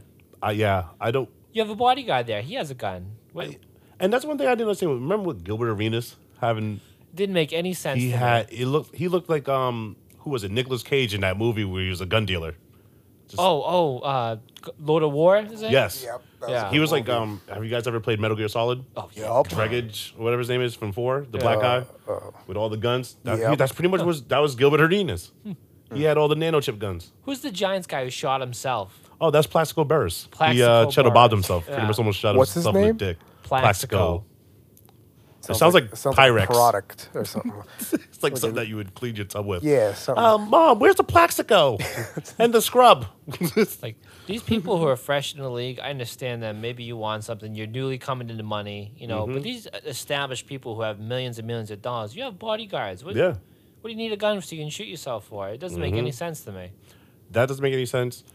Uh, yeah, I don't.
You have a bodyguard there. He has a gun. What,
And that's one thing I didn't understand. Remember with Gilbert Arenas having
didn't make any sense.
he
to me.
had it looked he looked like um who was it Nicolas Cage in that movie where he was a gun dealer.
Oh, oh, uh, G- Lord of War. Is it?
Yes,
Yep. that
Yeah.
a
he was like
movie.
um. Have you guys ever played Metal Gear Solid?
Oh, yeah.
Yup.
Dregage, whatever his name is from four, the black guy with all the guns. That,
uh, Yep. Hmm.
That's pretty much was that was Gilbert Hernandez. he had all the nanochip guns.
Who's the Giants guy who shot himself?
Oh, that's Plaxico Burris. he uh,
Plaxico
cheddar bobbed
Burris.
himself.
Yeah.
Pretty much almost shot
What's his
himself
name?
in the dick.
Plaxico.
It sounds like,
sounds
Pyrex.
product or something.
it's like something that you would clean your tub with.
yeah, something.
Uh, Mom, where's the Plaxico and the scrub?
Like these people who are fresh in the league, I understand that maybe you want something. You're newly coming into money, you know.
Mm-hmm.
But these established people who have millions and millions of dollars, you have bodyguards. What,
Yeah. Mm-hmm.
What do you need a gun so you can shoot yourself for? It doesn't make any sense to me.
that doesn't make any sense.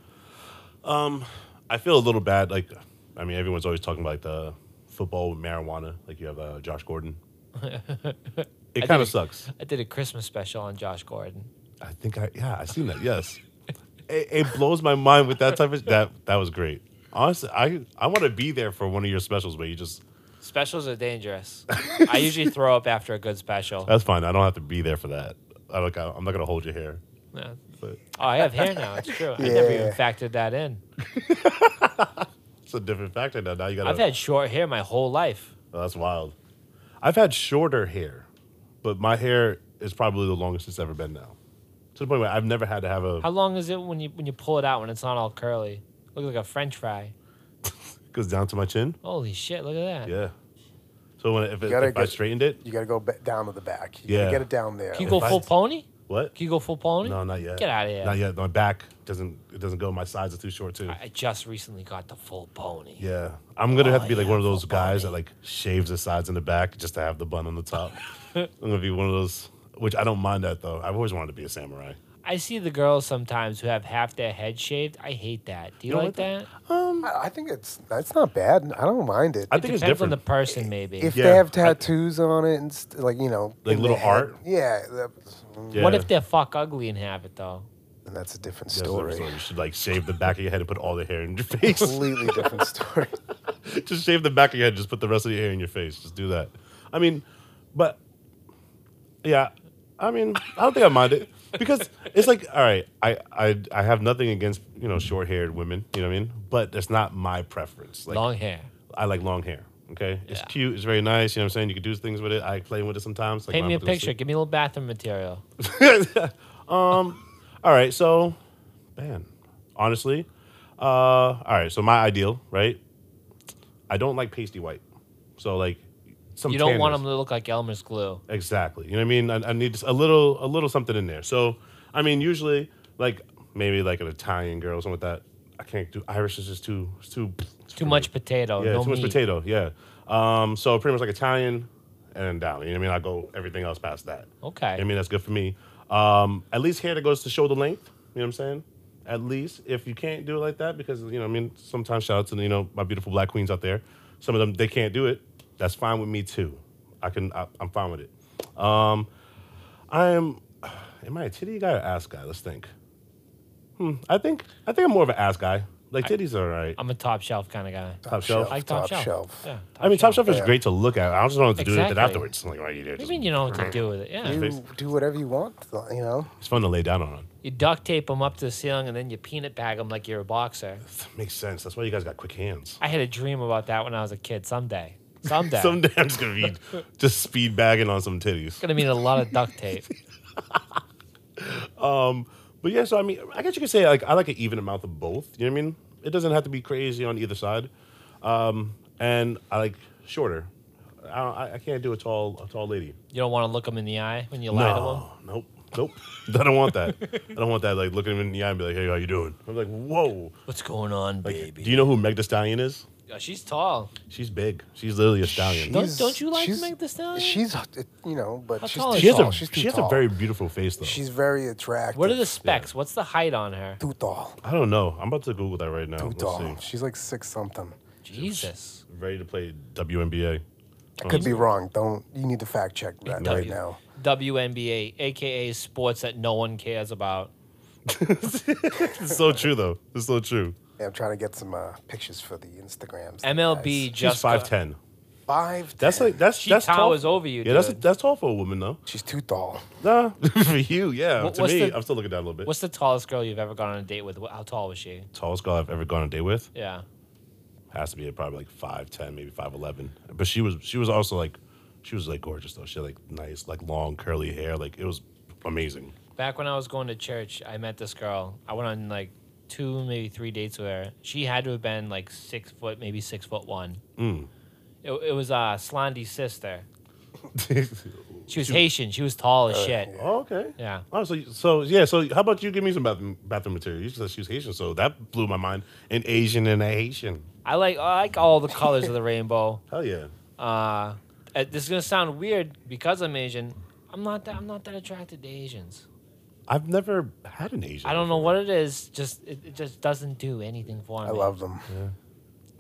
Um, I feel a little bad. Like, I mean, everyone's always talking about like, the football with marijuana. Like, you have uh, Josh Gordon. it kind of sucks.
I did a Christmas special on Josh Gordon.
I think I yeah, I seen that. Yes, it, it blows my mind with that type of that. That was great. Honestly, I I want to be there for one of your specials, but you just
Specials are dangerous. I usually throw up after a good special.
that's fine. I don't have to be there for that. I like I, I'm not gonna hold your hair.
Yeah.
But
Oh, I have hair now. It's true. I never even
Yeah.
factored that in.
it's a different factor now. Now you gotta.
I've had short hair my whole life.
Oh, that's wild. I've had shorter hair, but my hair is probably the longest it's ever been now. To the point where I've never had to have
How
a
long is it when you when you pull it out when it's not all curly? Looks like a French fry.
goes down to my chin.
Holy shit! Look at that.
Yeah. So when if, it,
gotta
if I
get-
straightened it,
you got to go ba- down to the back. You
Yeah.
gotta get it down there.
Can you go
If I-
full pony?
what?
Can you go full pony?
No, not yet.
Get out of here.
Not yet. My back doesn't. It doesn't go. My sides are too short too.
I just recently got the full pony.
yeah, I'm gonna have
Oh,
to be like
yeah,
one of those
full body.
guys that like shaves the sides and the back just to have the bun on the top. I'm gonna be one of those, which I don't mind that though. I've always wanted to be a samurai.
I see the girls sometimes who have half their head shaved. I hate that. Do you,
You don't
like
like
that?
I, I think it's that's not bad. I don't mind it.
I think it's
Depends on
different.
the person, maybe.
if
Yeah,
they have
I-
tattoos on it and st- like you know,
Like
in
little
the head.
art?
Yeah, that's, mm,
yeah.
What if they're fuck ugly and have it though?
and that's a different
That's what I'm
story.
saying. You should like shave the back of your head and put all the hair in your face.
Completely different story.
just shave the back of your head. Just put the rest of your hair in your face. Just do that. I mean, but yeah, I mean, I don't think I mind it because it's like, all right, I I I have nothing against you know short haired women. You know what I mean? But that's not my preference. Like,
Long hair.
I like long hair. Okay, it's
Yeah.
cute. It's very nice. You know what I'm saying? You can do things with it. I play with it sometimes. Like
Paint
when
me a
I'm looking
picture. Give me a little bathroom material.
Um, All right, so man, honestly, uh, all right. So my ideal, right? I don't like pasty white. So like some
You don't want
tanners.
them to look like Elmer's glue.
exactly. You know what I mean? I, I need a little, a little something in there. So I mean, usually like maybe like an Italian girl, something like that. I can't do Irish. Is just too, it's too, it's
Too much potato.
yeah,
no
too much
meat.
potato. Yeah. Um, so pretty much like Italian and down. You know what I mean? I go everything else past that. You
Okay.
know what I mean, that's good for me. Um, at least hair that goes to shoulder length. You know what I'm saying? At least if you can't do it like that, because you know, what I mean, sometimes shout out to you know my beautiful black queens out there. Some of them they can't do it. That's fine with me too. I can. I, I'm fine with it. Um, I am. Am I a titty guy or ass guy? Let's think. Hmm. I think. I think I'm more of an ass guy. Like titties are alright.
I'm a top shelf kind of guy.
Top shelf.
I like top,
Top
shelf.
shelf.
Yeah,
I mean, top
shelf.
shelf is great to look at. I just don't have to do it
Exactly.
afterwards. Like, why you do it?
What do you mean you know what to do with it? Yeah.
face.
You do whatever you want. You know,
It's fun to lay down on.
You duct tape them up to the ceiling and then you peanut bag them like you're a boxer.
Makes sense. That's why you guys got quick hands.
I had a dream about that when I was a kid. Someday. Someday.
Someday I'm just gonna be just speed bagging on some titties.
It's going to mean a lot of duct tape.
But yeah, so I mean, I guess you could say like I like an even amount of both. You know what I mean? It doesn't have to be crazy on either side. Um, and I like shorter. I, don't, I, I can't do a tall a tall lady.
You don't want to look them in the eye when you lie to them?
nope, nope. I don't want that. I don't want that. Like looking him in the eye and be like, "Hey, how you doing?" I'm like, "Whoa."
What's going on,
Like,
baby?
do you know who Meg Thee Stallion is?
Yeah, she's tall.
She's big. She's literally a stallion.
Don't-
She's-
don't you like
she's-
Meg Thee Stallion?
She's uh, you know, but
How
she's
tall
too
is
She has
tall.
a
she's too
she has
tall.
a very beautiful face though.
she's very attractive.
What are the specs? What's the height on her?
too tall?
I don't know. I'm about to Google that right now.
Too
Oh, Let's
tall.
see.
She's like six something.
Jesus.
Ready to play WNBA. Oh,
I could be wrong. Don't you need to fact check that
W-
right now?
WNBA, aka sports that no one cares about.
It's so true though. It's so true.
Yeah, I'm trying to get some uh, pictures for the Instagrams.
MLB
She's
just
five ten.
Five.
That's like that's
She
that's tall.
towers over you,
Yeah, that's
dude.
that's tall for a woman though.
She's too tall.
Nah, for you, yeah.
What-
to
what's
me,
the-
I'm still looking down a little bit.
What's the tallest girl you've ever gone on a date with? Wh- How tall was she?
tallest girl I've ever gone on a date with
Yeah.
has to be probably like five ten, maybe five eleven. But she was she was also like she was like gorgeous though. She had like nice like long curly hair. Like it was amazing.
Back when I was going to church, I met this girl. I went on like two, maybe three dates with her. She had to have been like six foot, maybe six foot one.
Mm.
It, it was uh, Slandy's sister. She was Haitian. She was tall as shit.
Oh, okay.
Yeah.
Oh, so, so yeah. So how about you give me some bathroom, bathroom material? You said she was Haitian, so that blew my mind. An Asian and a Haitian.
I like I like all the colors of the rainbow.
Hell yeah.
Uh, uh, this is gonna sound weird because I'm Asian. I'm not that I'm not that attracted to Asians.
I've never had an Asian.
I don't know what it is. Just it, it just doesn't do anything for me.
I love them.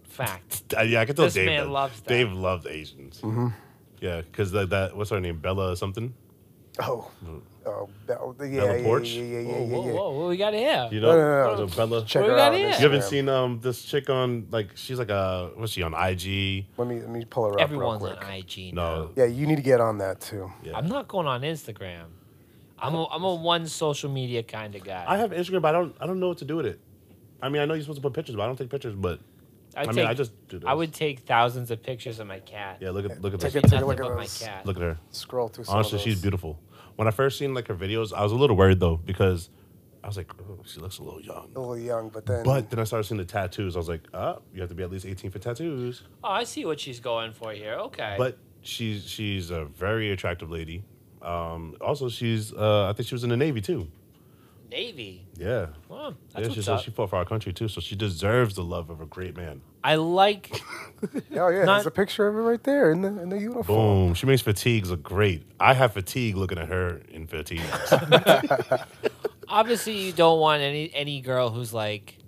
fact.
Uh, yeah, I can tell
This
Dave.
man
does.
loves that.
Dave loved Asians. Mm-hmm. Yeah, because that, that what's her name, Bella or something.
Oh, oh, Bell, yeah,
Hmm. Bella
yeah, yeah,
Porch?
yeah, yeah, yeah,
Whoa,
yeah,
whoa,
yeah.
whoa! What we got here?
You know,
No, no, no, no.
So Bella.
Check
What
her
we got
out. on
here?
You haven't
Instagram.
seen um this chick on like she's like a what's she on IG?
Let me let me pull her up.
Everyone's
real
on
quick.
IG. now.
No,
Yeah, you need to get on that too.
yeah.
I'm not going on Instagram. I'm a, I'm a one social media kind of guy.
I have Instagram, but I don't I don't know what to do with it. I mean, I know you're supposed to put pictures, but I don't take pictures. But I mean, I just do
I
this.
would take thousands of pictures of my cat.
yeah, look at look at
Take
this.
it-
Nothing
look at
but my
those.
cat.
Look at her.
Scroll through. Some
Honestly,
of
she's
those.
beautiful. When I first seen like her videos, I was a little worried though because I was like, oh, she looks a little
A
young.
little young, but then.
But then I started seeing the tattoos. I was like, ah, you have to be at least 18 for tattoos.
Oh, I see what she's going for here. Okay.
But she's she's a very attractive lady. Um, also, she's uh, I think she was in the Navy too.
Navy.
Yeah.
Well,
Yeah,
that's
she,
what's
so
up.
she fought for our country too, so she deserves the love of a great man.
I like
oh yeah,
not-
there's a picture of her right there in the in the uniform.
Boom. She makes fatigues look great. I have fatigue looking at her in fatigues.
obviously you don't want any any girl who's like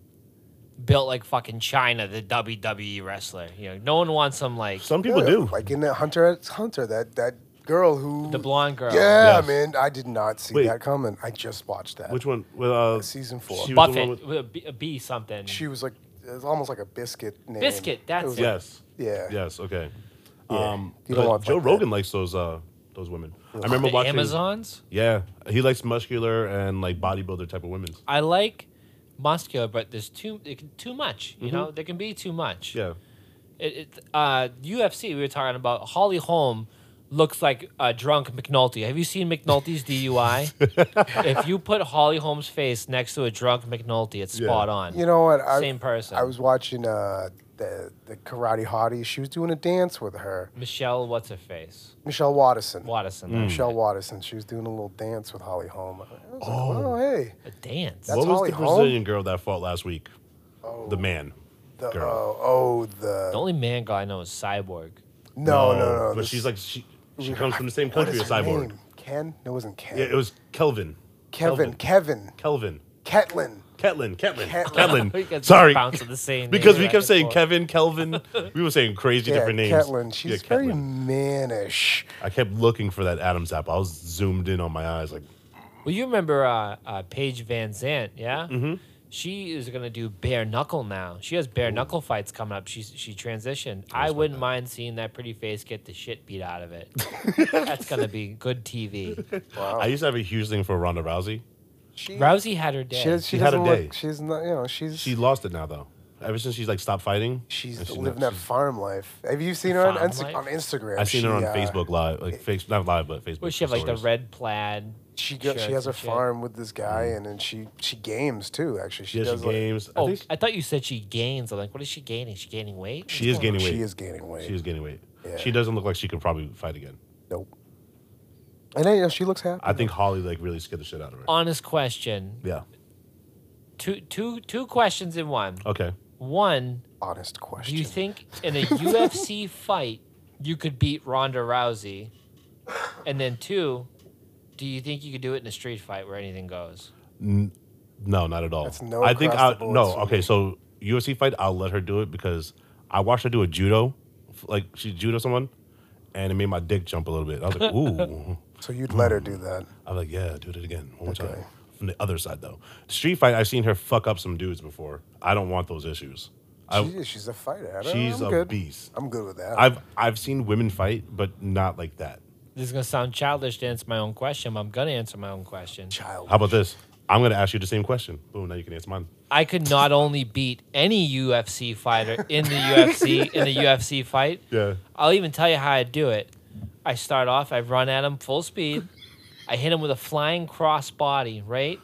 built like fucking China, the WWE wrestler. You know, no one wants some like
Some people
Yeah,
do.
Like in that Hunter x Hunter, that that girl who
the blonde girl.
Yeah,
Yes.
man, I did not see
Wait.
that coming. I just watched that.
Which one? Well, uh,
Season four.
she was the one
Buffett
with-
with a B, a B something.
She was like, it was almost like a biscuit name.
Biscuit, that's
was
it.
like-
Yes.
Yeah.
Yes. Okay.
Yeah.
Um,
You don't
but
want
Joe
like that.
Rogan likes those uh, those women. I remember
The
watching.
Amazons.
Yeah, he likes muscular and like bodybuilder type of women.
I like muscular, but there's too it can, too much. You know, there can be too much.
Mm-hmm. Yeah.
It, it, uh, UFC. We were talking about Holly Holm looks like a drunk McNulty. Have you seen McNulty's DUI? if you put Holly Holm's face next to a drunk McNulty, it's
Yeah.
spot on.
You know what? I,
Same person.
I was watching uh, the the Karate Hottie. She was doing a dance with her,
Michelle, what's her face?
Michelle Watterson.
Watterson.
Mm.
Michelle Watterson. She was doing a little dance with Holly Holm. I was like, oh, hey,
A dance.
That's
what was
Holly
the
Holm? Oh.
Brazilian girl that fought last week? The man.
the,
Girl.
oh, oh, the
The only man guy I know is Cyborg.
no, no,
But
no. Uh, this-
she's like she. She comes from the same
what
country
is
as
her
Cyborg.
name? Ken? No, it wasn't Ken.
Yeah, it was Kelvin.
Kevin. Kevin.
Kelvin.
Ketlin.
Ketlin. Ketlin.
Ketlin.
Ketlin.
We could
Sorry.
bounce to the same
because
name
we
back
kept
and
saying
forth.
Kevin, Kelvin. We were saying crazy
Yeah,
different names.
Ketlin. She's
Yeah,
very
Ketlin.
mannish.
I kept looking for that Adam's apple. I was zoomed in on my eyes like,
Well, you remember uh, uh, Paige Van Zant, yeah? Mm-hmm. She is gonna do bare knuckle now. She has bare knuckle fights coming up. She she transitioned. I wouldn't mind seeing that pretty face get the shit beat out of it. That's gonna be good TV.
Oh.
I used to have a huge thing for Ronda Rousey.
She,
Rousey had her day.
she, does- she
She had a
doesn't
day.
look. She's not. You know, she's
She lost it now though. Ever since she's like stopped fighting,
she's,
and
living
not-
that farm life. Have you seen her on,
Farm
Insta-
life?
on Instagram?
I've seen her on
uh,
Facebook live, like face, not live, but Facebook.
Where she have like the
stories.
red plaid.
She go, she
shirts
has a
and shit.
farm with this guy, and then she she games too. Actually, she
Yeah,
does
Mm-hmm. she
like-
games. I
Oh,
think
I thought you said she gains. I'm like, what is she gaining? She gaining weight?
she is gaining weight.
She is gaining weight.
She is gaining weight.
Yeah.
She doesn't look like she can probably fight again.
Nope. And then, you know, she looks happy.
I think Holly like really scared the shit out of her.
Honest question.
yeah.
Two two two questions in one.
Okay.
One,
Honest question.
Do you think in a UFC fight you could beat Ronda Rousey? And then two, do you think you could do it in a street fight where anything goes?
No, not at all.
That's no
I think
across
I
the board
no.
for
Okay, so UFC fight, I'll let her do it because I watched her do a judo, f- like she judo someone, and it made my dick jump a little bit. I was like, ooh.
so? You'd let her do that.
I'm like, yeah, do it again one more
Okay.
time. From the other side though, street fight, I've seen her fuck up some dudes before. I don't want those issues. I,
She- she's a fighter. I don't,
she's
I'm
a
good.
beast.
I'm good with that.
I've I've seen women fight, but not like that.
This is gonna sound childish to answer my own question, but I'm gonna answer my own question.
child.
How about this? I'm gonna ask you the same question. Boom, now you can answer mine.
I could not only beat any UFC fighter in the UFC in a UFC fight.
Yeah.
I'll even tell you how I do it. I start off, I run at him full speed. I hit him with a flying crossbody, right?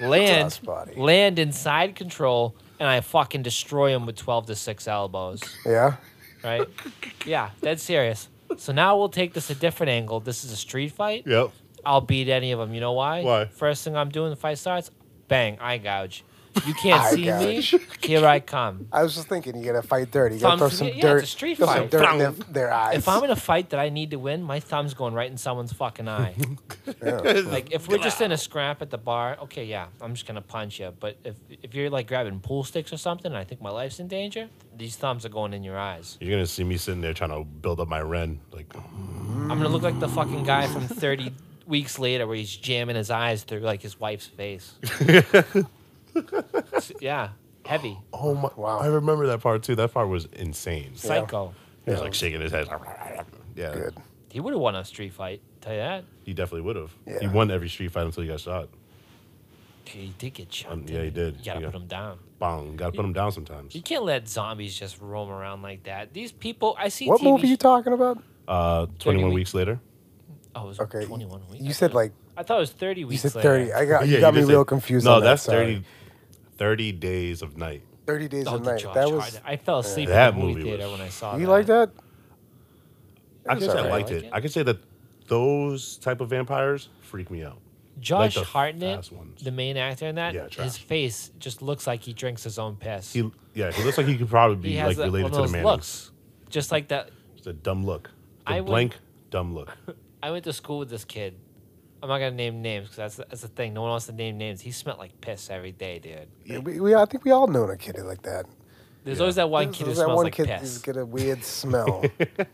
Land,
Crossbody.
land inside control, and I fucking destroy him with 12 to 6 elbows,
Yeah.
right? yeah, dead serious. So now we'll take this a different angle. This is a street fight.
Yep.
I'll beat any of them. You know why?
Why?
First thing I'm doing, the fight starts, bang, eye gouge. You can't
Eye
see me. Here I come.
I was just thinking, you gotta fight dirty. You gotta throw
Thumbs-
some
yeah, it's a
dirt.
street
throw some
fight.
dirt in their, their eyes.
If I'm in a fight that I need to win, my thumb's going right in someone's fucking eye. like if we're just in a scrap at the bar, okay, yeah, I'm just gonna punch you. But if if you're like grabbing pool sticks or something, and I think my life's in danger, these thumbs are going in your eyes.
You're gonna see me sitting there trying to build up my Ren. Like,
I'm gonna look like the fucking guy from 30 weeks later, where he's jamming his eyes through like his wife's face. S- yeah, heavy,
oh my!
Wow.
I remember that part too. That part was insane.
psycho.
He was like shaking his head. Yeah,
good.
He would have won a street fight. Tell you that.
he definitely would have. He
Yeah.
won every street fight until he got shot.
He did get shot.
Um, yeah,
didn't
he did.
You gotta
Yeah.
put him down.
Bong. Got to put him down sometimes.
You can't let zombies just roam around like that. These people, I see.
what
TV
movie are you
sh-
talking about?
Uh, 21
weeks.
weeks later.
Oh, it was
Okay,
21 weeks.
You said like
I thought it was 30
you
weeks.
said
later.
thirty. I got
Yeah,
you got
did
me
say-
real confused.
No,
on that,
that's
sorry.
30, 30 days of night.
30 days
Oh,
of
the
night.
Josh
That was
Hart- I fell asleep
That
in the movie,
movie
theater
was-
when I saw
you
that.
like that?
I guess I
alright.
liked it. I could say that those type of vampires freak me out.
Josh
the
Hartnett,
fast ones.
the main actor in that,
Yeah,
his
trash.
face just looks like he drinks his own piss.
He, yeah, he looks like he could probably
He
be like
that-
related
one
to
of
the
those
man.
looks, just like that.
It's a dumb look. The
I would-
blank dumb look.
I went to school with this kid. I'm not gonna name names because that's that's the thing. No one wants to name names. He smelled like piss every day, dude.
Yeah, we, we, I think we all know a kid like that.
There's always that one kid who
There's
smells
that one
like
kid
piss.
who's got a weird smell.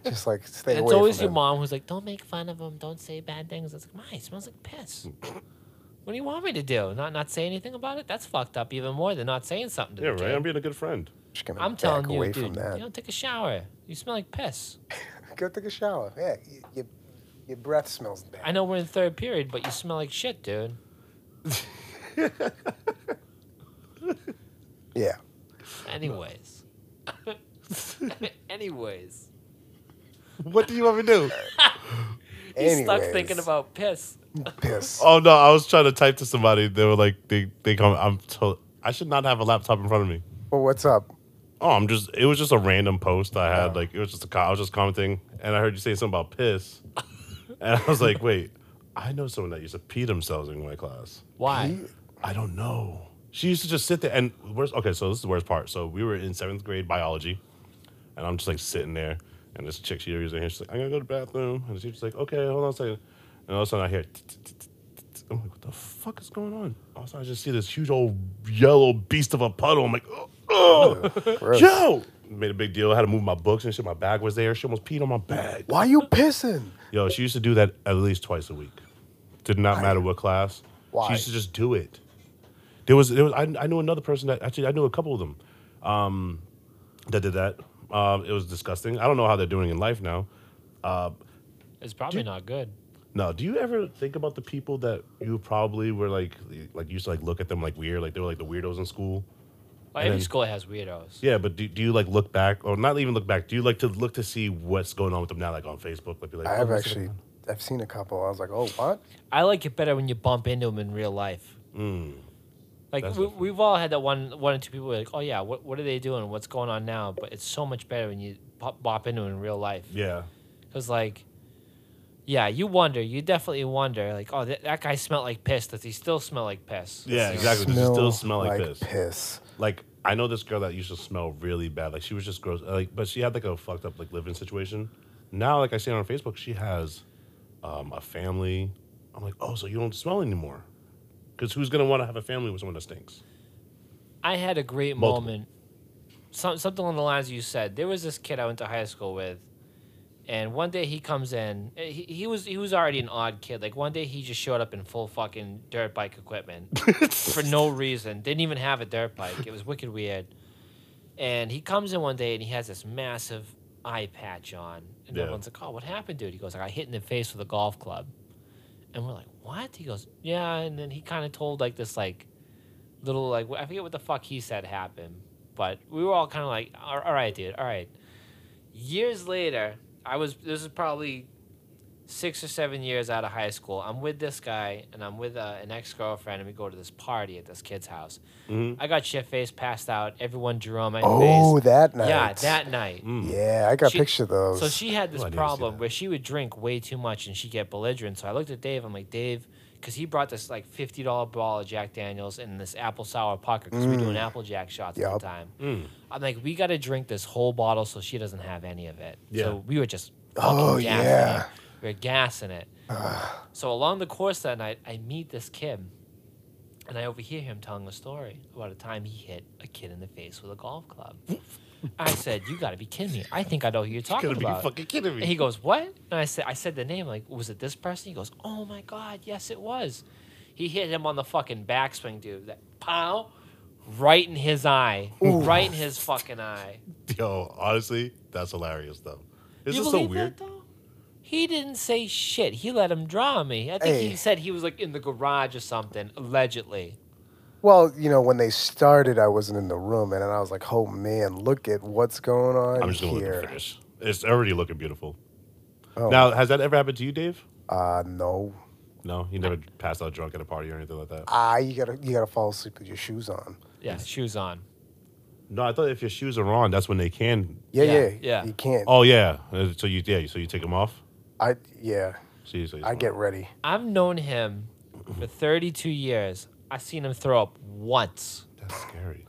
Just like stay away
It's always
from
your
him.
mom who's like, "Don't make fun of him. Don't say bad things." It's like, "My, he smells like piss." what do you want me to do? Not not say anything about it? That's fucked up even more than not saying something to
Yeah,
the
right. I'm
kid.
being a good friend.
Just gonna
I'm
back
telling you,
away
dude.
from that.
You don't take a shower. You smell like piss.
Go take a shower. Yeah, y- your your breath smells bad.
I know we're in third period, but you smell like shit, dude.
Yeah.
Anyways. Anyways.
What do you want me to do?
He's stuck
Anyways,
thinking about piss.
piss.
oh no, I was trying to type to somebody. They were like, they they come. I'm to- I should not have a laptop in front of me.
Well, what's up?
Oh, I'm just. It was just a random post I had. Like it was just a. co- I was just commenting, and I heard you say something about piss, and I was like, wait, I know someone that used to pee themselves in my class.
Why?
I don't know. She used to just sit there and where's okay, so this is the worst part. So we were in seventh grade biology, and I'm just like sitting there, and this chick she was in here, she's like, I'm gonna go to the bathroom. And she's like, Okay, hold on a second. And all of a sudden I hear "Tsk, tsk, tsk, tsk, tsk." I'm like, what the fuck is going on? All of a sudden I just see this huge old yellow beast of a puddle. I'm like, oh,
Gross.
yo! Made a big deal. I had to move my books and shit. My bag was there. She almost peed on my bag.
Why you pissing?
Yo, she used to do that at least twice a week. Did not matter what class.
Why?
She used to just do it. There was there was I, I knew another person that actually I knew a couple of them, um, that did that. Um, it was disgusting. I don't know how they're doing in life now.
It's probably not good.
No, do you ever think about the people that you probably were like like used to like look at them like weird, like they were like the weirdos in school?
Well, every
then-
school has weirdos.
Yeah, but do, do you like look back or not even look back? Do you like to look to see what's going on with them now, like on Facebook? Like, be like
I
oh,
have
what's that
actually.
guy?
I've seen a couple. I was like, oh, what?
I like it better when you bump into them in real life. Like
Mm. That's
we,
different.
we've all had that one one or two people like, oh yeah, what what are they doing? What's going on now? But it's so much better when you pop bop into 'em in real life.
Yeah,
Cause like, yeah, you wonder. You definitely wonder. Like, oh, that that guy smelled like piss. Does he still smell like piss?
yeah, exactly. Does it still smell like, this?
piss.
like I know this girl that used to smell really bad. Like she was just gross. Like, but she had like a fucked up like living situation. Now, like I see her on Facebook, she has um, a family. I'm like, oh, so you don't smell anymore? Because who's gonna want to have a family with someone that stinks?
I had a great
Multiple.
moment. Some, something along the lines you said. There was this kid I went to high school with, and one day he comes in. eh, He, he was he was already an odd kid. Like one day he just showed up in full fucking dirt bike equipment for no reason. Didn't even have a dirt bike. It was wicked weird. And he comes in one day and he has this massive eye patch on, and
Yeah.
everyone's like, "Oh, what happened, dude?" He goes, "Like I hit in the face with a golf club," and we're like, "What?" He goes, "Yeah," and then he kind of told like this like little like I forget what the fuck he said happened, but we were all kind of like, all all right, dude, all right. Years later, I was this is probably six or seven years out of high school. I'm with this guy and I'm with uh, an ex girlfriend, and we go to this party at this kid's house.
Mm-hmm.
I got shit faced, passed out. Everyone drew on my
Oh,
face.
that night. Mm,
Yeah, that night.
Mm.
Yeah, I got
She-
pictures picture those.
So she had this
Oh, I didn't see
problem
that.
where she would drink way too much and she'd get belligerent. So I looked at Dave. I'm like, Dave, because he brought this like fifty dollar bottle of Jack Daniels and this apple sour pucker because we were doing apple jack shots at
Mm. Yup.
the time.
Mm.
I'm like, we got to drink this whole bottle so she doesn't have any of it.
Yeah.
So we were just fucking
Oh,
gassing
yeah.
it. We were gassing it. so along the course that night, I meet this kid. And I overhear him telling a story about a time he hit a kid in the face with a golf club. I said, "You got to be kidding me! I think I know who you're talking
Gotta be
about."
fucking kidding
And he
me.
goes, "What?" And I said, "I said the name. Like, was it this person?" He goes, "Oh my god, yes, it was." He hit him on the fucking backswing, dude. That pow, right in his eye, right in his fucking eye.
Yo, honestly, that's hilarious though. This
you
is so
believe
weird.
that though? He didn't say shit. He let him draw me. I think
Hey.
he said he was like in the garage or something, allegedly.
well, you know, when they started, I wasn't in the room, and I was like, oh man, look at what's going on
I'm just gonna
here.
let them finish. It's already looking beautiful.
Oh.
Now, has that ever happened to you, Dave?
Uh, no.
No, you never passed out drunk at a party or anything like that.
Ah, you gotta you gotta fall asleep with your shoes on.
Yeah, shoes on.
No, I thought if your shoes are on, that's when they can.
Yeah,
Yeah,
yeah,
yeah.
You can't.
Oh yeah, Uh, so you yeah, so you take them off.
I yeah.
So you, so you
I get ready.
I've known him for 32 years. I've seen him throw up once.
That's scary.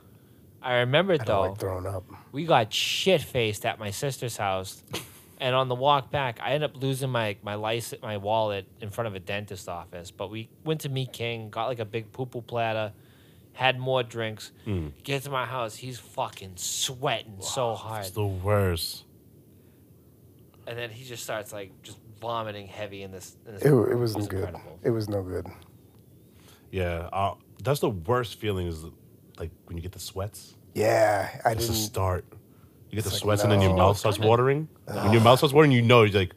I remember
I
though,
don't like throwing up.
we got shit faced at my sister's house And on the walk back, I ended up losing my my license, my wallet in front of a dentist office. But we went to meet King, got like a big poo poo platter, had more drinks.
Hmm.
Get to my house, he's fucking sweating so hard,
It's the worst.
and then he just starts like just vomiting heavy in this. In this
It, it wasn't good.
incredible.
It was no good.
Yeah, uh, that's the worst feeling is like when you get the sweats.
Yeah, I
It's the
didn't.
start. You get the
like,
sweats and then your
no.
mouth starts watering. When your mouth starts watering, you know you're like,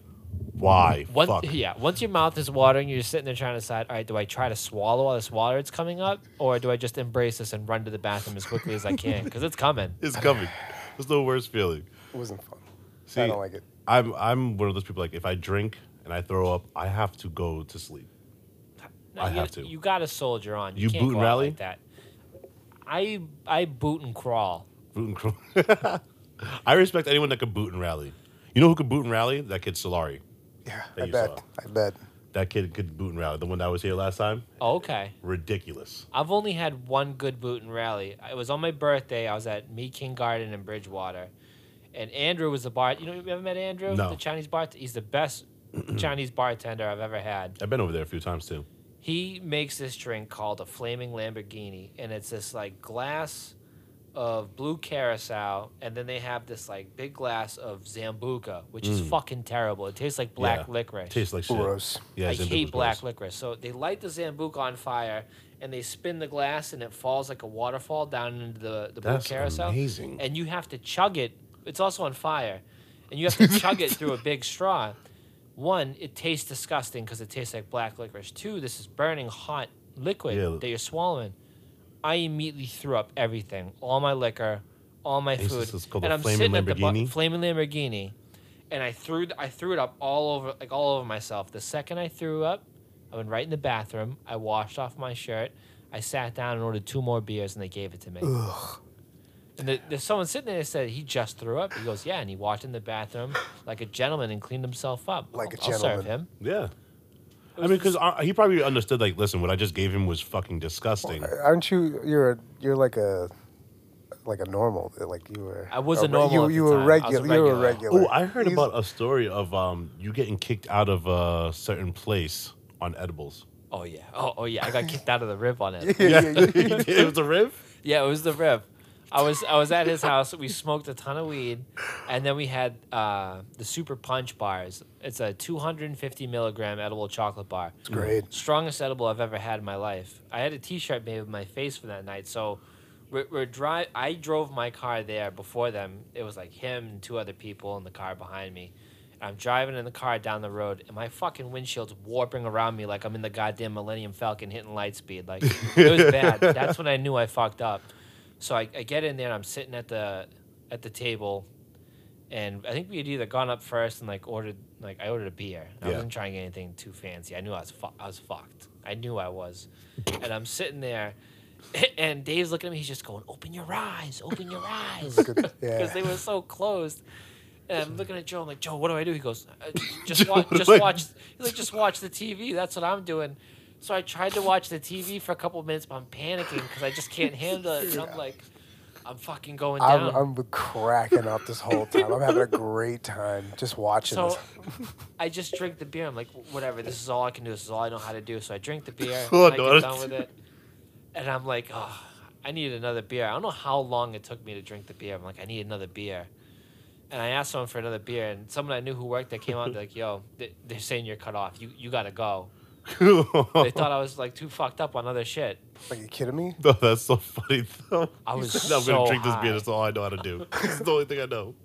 why?
Once,
Fuck.
Yeah, once your mouth is watering, you're sitting there trying to decide, all right, do I try to swallow all this water that's coming up, or do I just embrace this and run to the bathroom as quickly as I can? Because it's coming.
It's coming. It's the worst feeling.
It wasn't fun.
See,
I don't like it.
I'm I'm one of those people like if I drink and I throw up, I have to go to sleep.
No,
I
you,
have to.
You got to soldier on.
You
can't
boot and
go out
rally?
like that. I I boot and crawl.
Boot and crawl. I respect anyone that could boot and rally. You know who could boot and rally? That kid Solari.
Yeah,
That
I
you
bet.
saw.
I bet.
That kid could boot and rally. The one that was here last time.
Oh, Okay,
Ridiculous.
I've only had one good boot and rally. It was on my birthday. I was at Me King Garden in Bridgewater, and Andrew was the bar. You know, you ever met Andrew?
No.
The Chinese bar. He's the best Chinese bartender I've ever had.
I've been over there a few times too.
he makes this drink called a flaming lamborghini and it's this like glass of blue curacao and then they have this like big glass of zambuca which is fucking terrible it tastes like
Mm.
black
Yeah.
licorice
Tastes like shit.
Gross.
Yeah,
i
Zambuca's
hate black
gross.
licorice so they light the zambuca on fire and they spin the glass and it falls like a waterfall down into the, the blue
That's
curacao
amazing.
and you have to chug it it's also on fire and you have to chug it through a big straw one, it tastes disgusting because it tastes like black licorice. Two, this is burning hot liquid
Yeah.
that you're swallowing. I immediately threw up everything, all my liquor, all my
This
food,
is- it's called a
and I'm
Flamin'
sitting at the bu-
Lamborghini?
flaming Lamborghini, and I threw th- I threw it up all over like all over myself. The second I threw up, I went right in the bathroom. I washed off my shirt. I sat down and ordered two more beers, and they gave it to me. And the, there's someone sitting there that said he just threw up. He goes, yeah, and he walked in the bathroom like a gentleman and cleaned himself up.
Like a
I'll- I'll serve
gentleman.
him.
Yeah. I mean, because he probably understood. Like, listen, what I just gave him was fucking disgusting.
Aren't you? You're a. You're like a. Like a normal. Like you were.
I was a
re-
normal
You,
at the
you were
time. I was a
regular. You were
regular.
regular.
Oh, I heard
He's-
about a story of um, you getting kicked out of a certain place on edibles.
Oh yeah. Oh, oh yeah. I got kicked out of the rib on it.
Yeah, yeah, yeah.
it was a rib.
Yeah, it was the rib. I was I was at his house. We smoked a ton of weed, and then we had uh, the Super Punch bars. It's a 250 milligram edible chocolate bar. It's
great.
Strongest edible I've ever had in my life. I had a T-shirt made with my face for that night. So we're, we're dri I drove my car there before them. It was like him and two other people in the car behind me. I'm driving in the car down the road, and my fucking windshield's warping around me like I'm in the goddamn Millennium Falcon hitting light speed. Like it was bad. That's when I knew I fucked up. So I, I get in there, and I'm sitting at the at the table, and I think we had either gone up first and like ordered like I ordered a beer. I
Yeah.
wasn't trying anything too fancy. I knew I was fu- I was fucked. I knew I was, and I'm sitting there, and Dave's looking at me. He's just going, "Open your eyes, open your eyes," because
yeah.
they were so closed. And I'm looking at Joe. I'm like, Joe, what do I do? He goes, "Uh, just watch,
do
just
I-
watch. He's like, just watch the TV. That's what I'm doing. So I tried to watch the TV for a couple minutes, but I'm panicking because I just can't handle it. And I'm like, I'm fucking going down.
I'm, I'm cracking up this whole time. I'm having a great time just watching
So
this.
I just drink the beer. I'm like, whatever. This is all I can do. This is all I know how to do. So I drink the beer.
Oh,
and I
no.
get done with it, and I'm like, oh, I need another beer. I don't know how long it took me to drink the beer. I'm like, I need another beer. And I asked someone for another beer, and someone I knew who worked there came out and they're like, yo, they- they're saying you're cut off. You you gotta go. They thought I was like too fucked up on other shit.
Are you kidding me?
No, that's so funny. Though.
I
He
was
said, I'm
so
gonna drink this
high.
beer. That's all I know how to do. It's the only thing I know.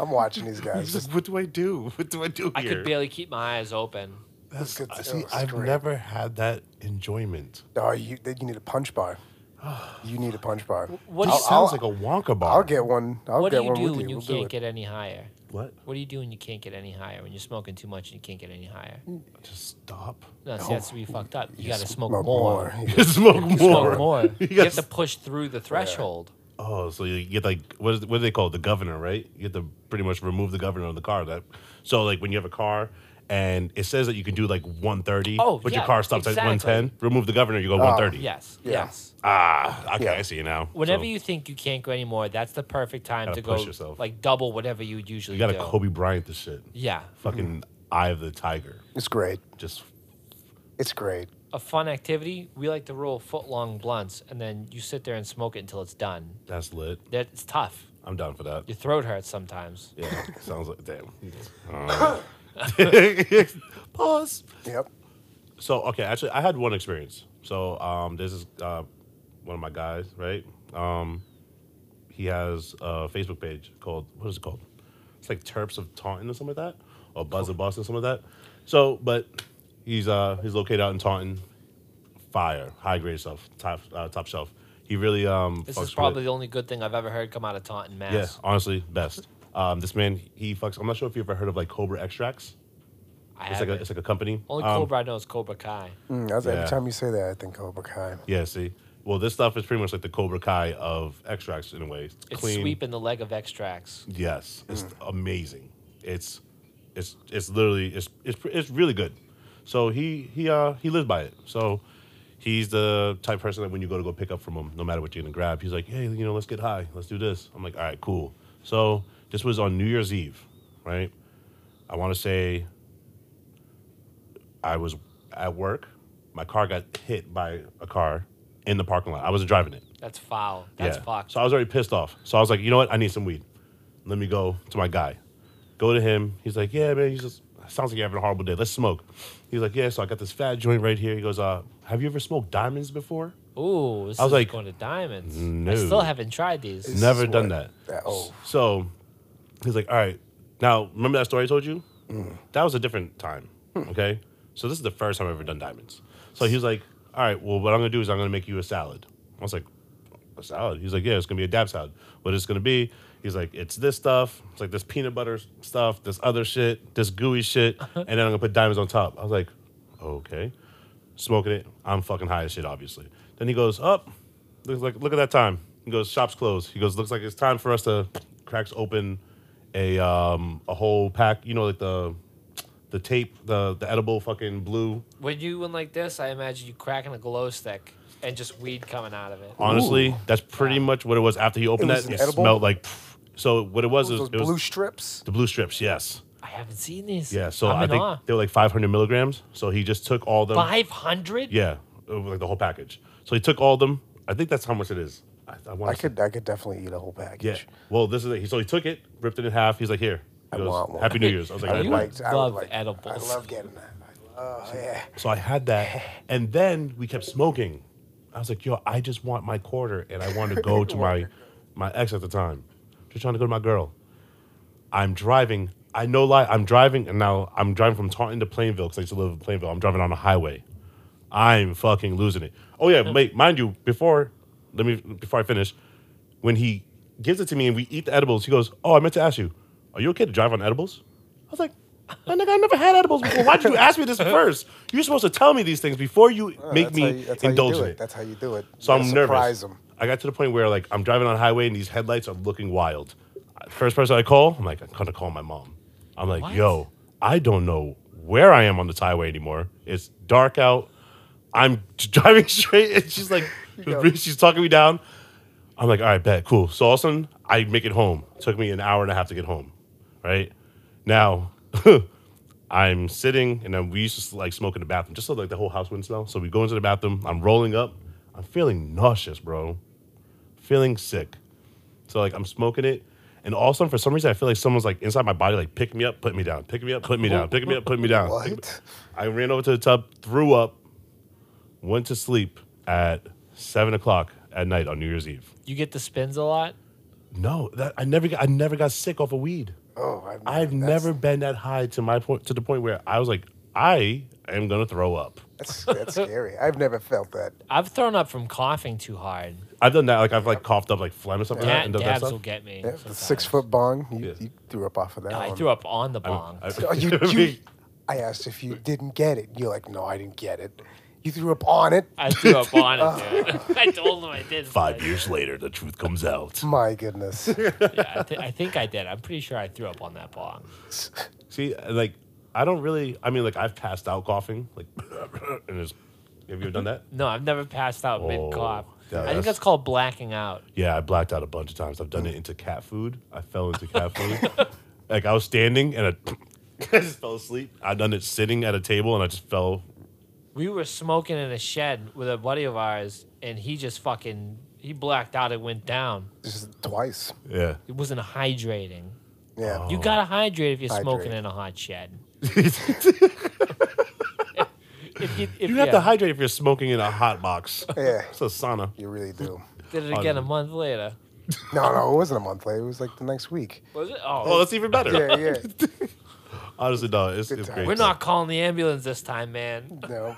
I'm watching these guys.
He's
Just,
like, what do I do? What do I do here?
I could barely keep my eyes open.
That's,
Good-
I-
it
see,
was
I've
great.
never had that enjoyment.
oh, you, you need a punch bar. You need a punch bar.
What
It
do you,
I'll-
sounds like a Wonka bar.
I'll get one. I'll
what do
get
you
one
do
with
when
you.
you
We'll do
can't
it.
get any higher?
what?
What do you do when you can't get any higher? When you're smoking too much and you can't get any higher?
Just stop.
No, see, that's to be fucked up. You, gotta smoke,
Smoke
more.
more.
Smoke Oh, more.
Smoke more.
You
you,
gotta
have to push through the threshold.
Oh, so you get like what is what do they call it? The governor, right? You have to pretty much remove the governor of the car. That so like when you have a car and it says that you can do like 130,
Oh,
but
yeah,
your car stops
exactly.
at 110. Remove the governor, you go 130.
Yes.
Yeah.
Yes.
Ah, okay,
Ah. Yeah.
I see now.
Whenever
So,
you think you can't go anymore, that's the perfect time
Gotta
to go
push yourself.
like double whatever you would usually
you got to
do.
Kobe Bryant this shit.
Yeah.
Fucking Eye of the Tiger.
It's great.
Just
It's great.
A fun activity, we like to roll foot long blunts and then you sit there and smoke it until it's done.
that's lit.
That it's tough.
I'm down for that.
Your throat hurts sometimes.
Yeah, sounds like damn. Um, Pause.
Yep.
So okay, actually, I had one experience. So um, this is uh, one of my guys, right? Um, he has a Facebook page called what is it called? It's like Terps of Taunton or something like that, or Buzz of Boston, something like that. So, but he's uh, he's located out in Taunton. Fire, high grade stuff, top uh, top shelf. He really um.
This
fucks
is
with-
probably the only good thing I've ever heard come out of Taunton, Mass.
yeah, honestly, best. Um, this man, he fucks. I'm not sure if you ever heard of like Cobra Extracts.
I
It's like
haven't.
a, it's like a company.
only
Um,
Cobra I know is Cobra Kai.
Mm, that's,
Yeah.
Every time you say that, I think Cobra Kai.
Yeah, see. Well, this stuff is pretty much like the Cobra Kai of extracts in a way. It's,
It's
clean.
sweeping the leg of extracts.
Yes, it's amazing. It's it's it's literally it's it's pre- it's really good. So he he uh he lives by it. So he's the type of person that when you go to go pick up from him, no matter what you're gonna grab, he's like, hey, you know, let's get high, let's do this. I'm like, all right, cool. So this was on New Year's Eve, right? I want to say I was at work. My car got hit by a car in the parking lot. I wasn't driving it.
That's foul. That's
Yeah.
fucked.
So I was already pissed off. So I was like, you know what? I need some weed. Let me go to my guy. Go to him. He's like, yeah, man. He's just sounds like you're having a horrible day. Let's smoke. He's like, yeah. So I got this fat joint right here. He goes, uh, have you ever smoked diamonds before?
Ooh, this
I was
is
like,
going to diamonds.
no.
I still haven't tried these.
Never
Sweat.
done that.
That- oh.
So he's like, all right. Now remember that story I told you?
Mm.
That was a different time.
Hmm.
Okay. So this is the first time I've ever done diamonds. So he's like, all right. Well, what I'm gonna do is I'm gonna make you a salad. I was like, a salad. He's like, yeah, it's gonna be a dab salad. What it's gonna be? He's like, it's this stuff. It's like this peanut butter stuff, this other shit, this gooey shit, and then I'm gonna put diamonds on top. I was like, okay, smoking it. I'm fucking high as shit, obviously. Then he goes up. Looks like look at that time. He goes, shops closed. He goes, looks like it's time for us to cracks open a um a whole pack. You know, like the the tape, the the edible fucking blue.
When you went like this, I imagine you cracking a glow stick and just weed coming out of it.
Honestly, that's pretty much what it was. After he opened
It was
that,
an
it
edible?
smelled like. pff. So what it was is
Those
it was
blue strips.
the blue strips. Yes,
I haven't seen these.
yeah. So
I'm
i
in
think
awe.
they were like 500 milligrams. So he just took all them.
500?
Yeah, it was like the whole package. So he took all them. I think that's how much it is. I, I, wanna
I could I could definitely eat a whole
Yeah.
package.
Well, this is it. So he took it, ripped it in half. He's like, "Here." He
I want one.
Happy New Year's. I was like,
Are
"I
you
want it."
I
love
like,
edibles.
I love getting that. Oh yeah.
So I had that, and then we kept smoking. I was like, "Yo, I just want my quarter, and I want to go to my my ex at the time, just trying to go to my girl." I'm driving. I no lie. I'm driving, and now I'm driving from Taunton to Plainville because I used to live in Plainville. I'm driving on a highway. I'm fucking losing it. Oh yeah, mate, mind you, before let me before I finish, when he gives it to me and we eat the edibles, he goes, "Oh, I meant to ask you, are you okay to drive on edibles?" I was like, "My nigga, I never had edibles before. Why did you ask me this first? You're supposed to tell me these things before you
Oh,
make
that's
me
how you- that's how you
indulge
do
in
it.
it."
That's how you do it.
So
You
I'm
gotta surprise
nervous.
'em.
I got to the point where like I'm driving on a highway and these headlights are looking wild. First person I call, I'm like, I'm gonna call my mom. I'm like,
What?
yo, I don't know where I am on this highway anymore. It's dark out. I'm driving straight, and she's like,
go.
she's talking me down. I'm like, all right, bet, cool. So all of a sudden, I make it home. took me an hour and a half to get home. Right now, I'm sitting, and then we used to like smoke in the bathroom, just so like the whole house wouldn't smell. So we go into the bathroom. I'm rolling up. I'm feeling nauseous, bro. Feeling sick. So like I'm smoking it, and all of a sudden, for some reason, I feel like someone's like inside my body, like pick me up, put me down, pick me up, put me down, pick me up, put me down. pick me-
What?
I ran over to the tub, threw up, went to sleep at seven o'clock at night on New Year's Eve.
You get the spins a lot?
No, that I never got. I never got sick off of weed.
Oh, I've,
I've
that's-
never been that high to my point to the point where I was like, I am gonna throw up.
That's, that's scary. I've never felt that.
I've thrown up from coughing too hard.
I've done that. Like I've like coughed up like phlegm or something. like that, Uh,
Dab,
and done that
dabs will
stuff.
get me.
Yeah, the
sometimes.
six foot bong. You,
Yeah.
you threw up off of that.
I
one.
threw up on the bong.
I-
Oh, you, you, I asked if you didn't get it. You're like, no, I didn't get it. You threw up on it.
I threw up on it, dude. I told him I did.
Five years later, the truth comes out.
My goodness.
Yeah, I, thi- I think I did. I'm pretty sure I threw up on that bong.
See, like I don't really. I mean, like I've passed out coughing, like, and it's. Have you ever done that?
No, I've never passed out mid cough.
Oh, yeah,
I think
that's-
that's called blacking out.
Yeah, I blacked out a bunch of times. I've done it into cat food. I fell into cat food. like I was standing and I, I just fell asleep. I've done it sitting at a table and I just fell.
We were smoking in a shed with a buddy of ours, and he just fucking he blacked out and went down.
Just twice.
Yeah.
It wasn't hydrating.
Yeah.
Oh.
You gotta hydrate if you're smoking
Hydrate.
in a hot shed.
you
If you, if,
have
yeah,
to hydrate if you're smoking in a hot box.
Yeah.
It's a sauna.
You really do.
Did it again a month later.
No, no, it wasn't a month later. It was like the next week.
Was it?
Oh,
Oh,
that's even better.
Yeah, yeah.
Honestly, no, it's,
Good
it's
time.
great.
we're not calling the ambulance this time, man.
No.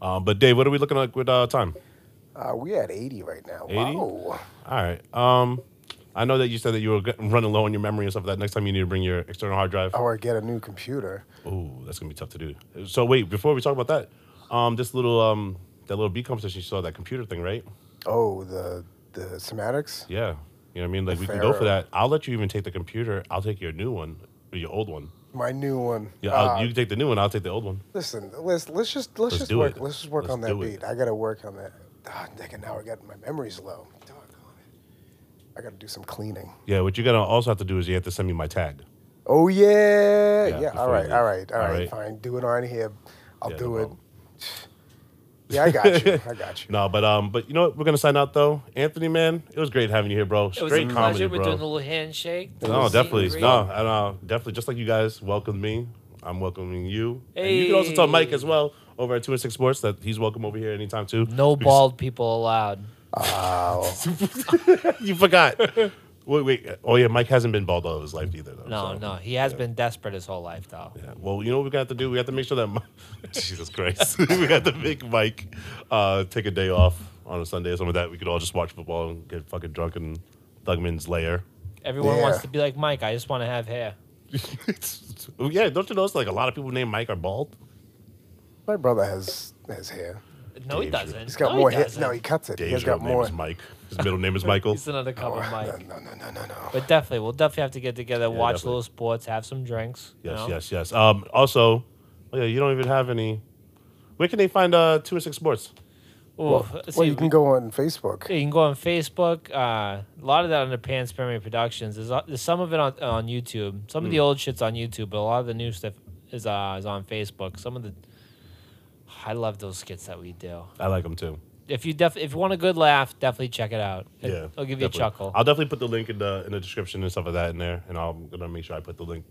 Um, but Dave, what are we looking like with uh, time?
Uh, we at 80 right now.
80?
Wow.
All right. Um, I know that you said that you were g- running low on your memory and stuff. Like that next time you need to bring your external hard drive.
Or get a new computer.
Ooh, that's gonna be tough to do. So wait, before we talk about that, um, this little um, that little B competition you saw that computer thing, right?
Oh, the the somatics?
Yeah, you know what I mean. Like we can go for
Pharaoh.
that. I'll let you even take the computer. I'll take your new one, or your old one.
My new one.
Yeah,
Uh,
I'll, you can take the new one. I'll take the old one.
Listen, let's let's just let's,
Let's
just
do
work
it.
let's just work
Let's
on that
do
beat.
it.
I gotta work on that. Ah, nigga, now I got my memories low. Doggone it. I gotta do some cleaning.
Yeah, what you're gonna also have to do is you have to send me my tag.
Oh yeah, yeah.
before
all, right,
you-
all right, all
all
right,
right.
fine. Do it on here. I'll
Yeah,
do
no
it.
problem.
Yeah, I got you. I got you.
No, but um, but you know what? We're gonna sign out though. Anthony, man, it was great having you here, bro.
It was
Straight comedy,
a pleasure. We're
bro.
doing a little handshake.
No,
Meet and
definitely.
greet.
No, and uh, definitely. Just like you guys welcomed me, I'm welcoming you. And you can also tell Mike
Hey.
as well over at Two and Six Sports that he's welcome over here anytime too.
No
Because-
bald people allowed.
Wow.
you forgot. wait, wait. Oh yeah, Mike hasn't been bald all of his life either. Though,
No,
so-
no. He has been desperate his whole life, though.
Yeah. Well, you know what we got to do? We got to make sure that Mi- Jesus Christ, we got to make Mike uh, take a day off on a Sunday or something like that. We could all just watch football and get fucking drunk in Thugman's lair.
Everyone
Yeah.
wants to be like Mike. I just want to have hair.
Oh, yeah, don't you notice like a lot of people named Mike are bald?
my brother has has hair.
No, he
Dave's-
doesn't.
He's got
no,
more
Oh, he
hair.
doesn't.
No, he cuts it.
Dave's
He's
real
got
name
more.
is Mike. His middle name is Michael.
He's an
Oh,
undercover
Oh, No,
Mike.
no, no, no, no, no.
But definitely, we'll definitely have to get together, watch
definitely.
little sports, have some drinks. you
Yes,
know?
yes, yes. Um, also, oh, yeah, you don't even have any. Where can they find uh, Two and Six Sports?
Ooh, see,
Well, you can go on Facebook.
You can go on Facebook. Uh, a lot of that under Pan Spermia Productions. There's, a- there's some of it on, on YouTube. Some of the
Hmm.
old shit's on YouTube, but a lot of the new stuff is uh, is on Facebook. Some of the I love those skits that we do.
I like them too.
If you def if you want a good laugh, definitely check it out. It,
Yeah,
it'll give
definitely.
you a chuckle.
I'll definitely put the link in the in the description and stuff like that in there, and I'm gonna make sure I put the link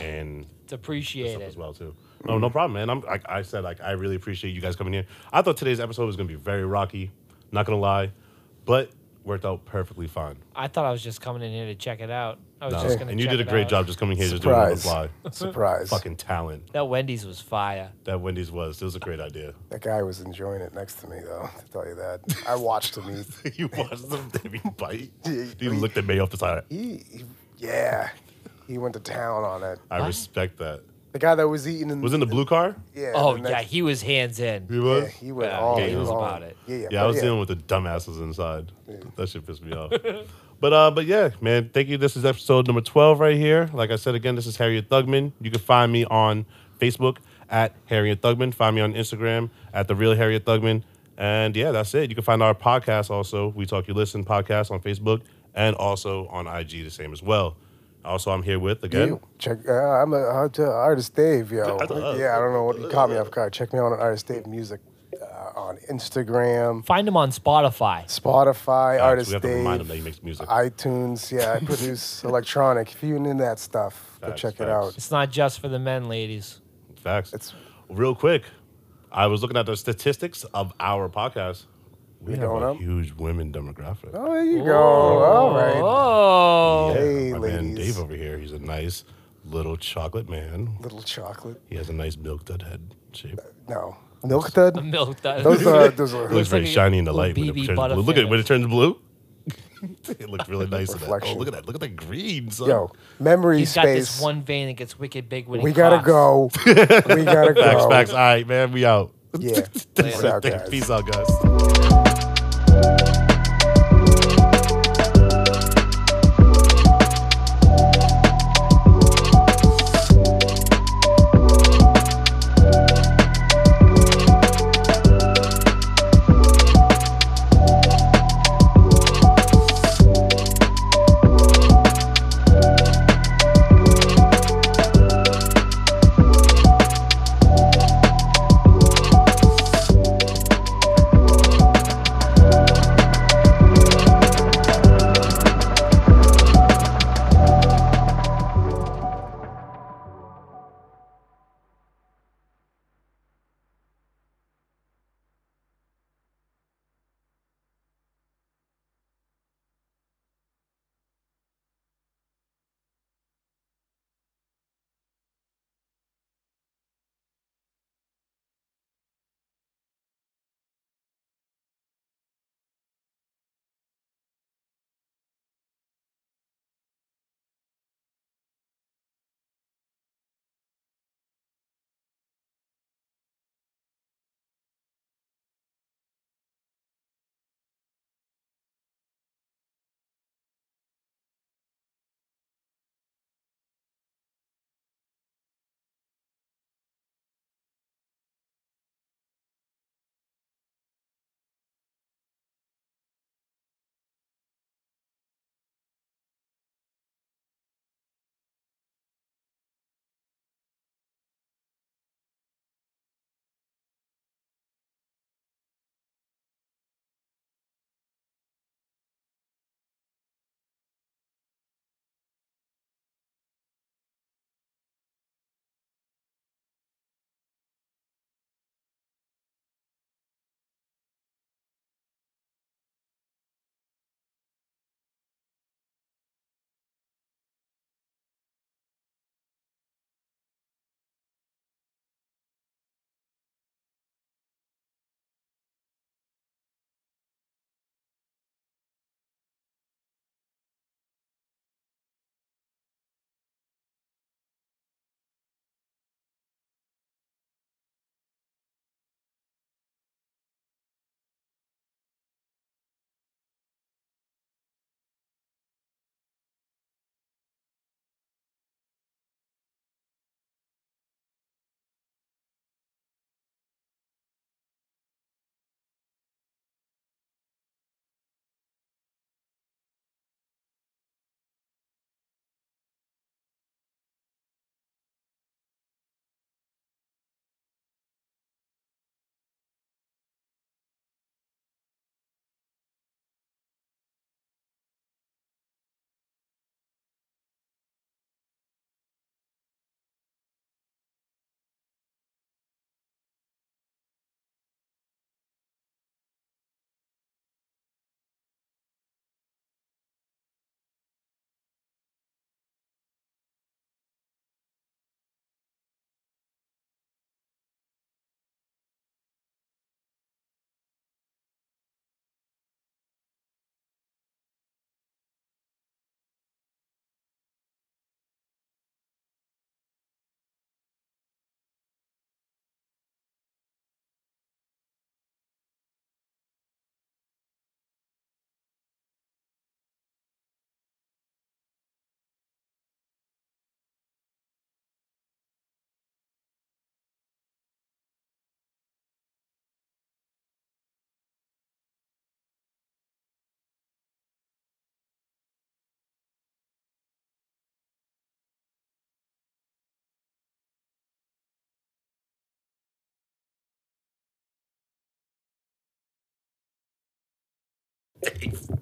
and
it's appreciated.
stuff as well too. No, no problem, man. I'm like I said, like I really appreciate you guys coming here. I thought today's episode was gonna be very rocky, not gonna lie, but worked out perfectly fine.
I thought I was just coming in here to check it out. I was
No.
just gonna.
and you
check
did a
it
great
out.
job just coming here
Surprise.
just doing it on the fly.
Surprise.
Fucking talent
That Wendy's was fire.
that Wendy's was. It was a great idea.
That guy was enjoying it next to me, though. To tell you that, I watched him eat.
you watched them every bite.
Yeah,
You looked at me off the side.
He, he, yeah, he went to town on it.
I respect that.
The guy that was eating in
Was in the blue car?
yeah.
oh
the
yeah,
next-
he was hands in.
He
yeah,
was.
he went
Yeah,
all
he
in
was
on-
about it.
Yeah, yeah,
Yeah, I
but
was dealing with the dumbasses inside. That shit pissed me off. but uh, but yeah, man, thank you. This is episode number twelve right here. Like I said again, this is Harriet Thugman. You can find me on Facebook at Harriet Thugman. Find me on Instagram at the real Harriet Thugman. And yeah, that's it. You can find our podcast also. We talk you listen podcast on Facebook and also on IG the same as well. Also, I'm here with again.
You, check. Uh, I'm a uh, to artist Dave, yo.
I thought-
yeah, I don't know what you caught me off guard. Check me out on artist Dave music uh, on Instagram,
Find him on Spotify.
Spotify,
Actually,
artist
we have to remind him that
Dave,
he makes music.
iTunes. Yeah, I produce electronic. If you're into that stuff, go
Facts,
check it
facts.
out.
It's not just for the men, ladies.
Facts.
It's-
real quick. I was looking at the statistics of our podcast. We have
going
a
up?
huge women demographic.
Oh, there you go. All right.
Oh,
hey,
my man
ladies.
Dave over here. He's a nice little chocolate man.
Little chocolate.
He has a nice milk dud head shape.
No, milk dud.
milk that.
Those are those are
looks very
like a
shiny in the
little
light. When it
BB
turns blue. Look at
butterfinger.
when it turns blue. it looks really nice. in that. Oh,
Reflection.
look at that. Look at that green. Son.
yo memory
He's got this
space.
one vein that gets wicked big when
we
he
gotta
coughs.
go. we gotta go.
Facts, facts. All right, man. We out.
Yeah.
Peace
Later.
out, guys. Peace out, guys. face.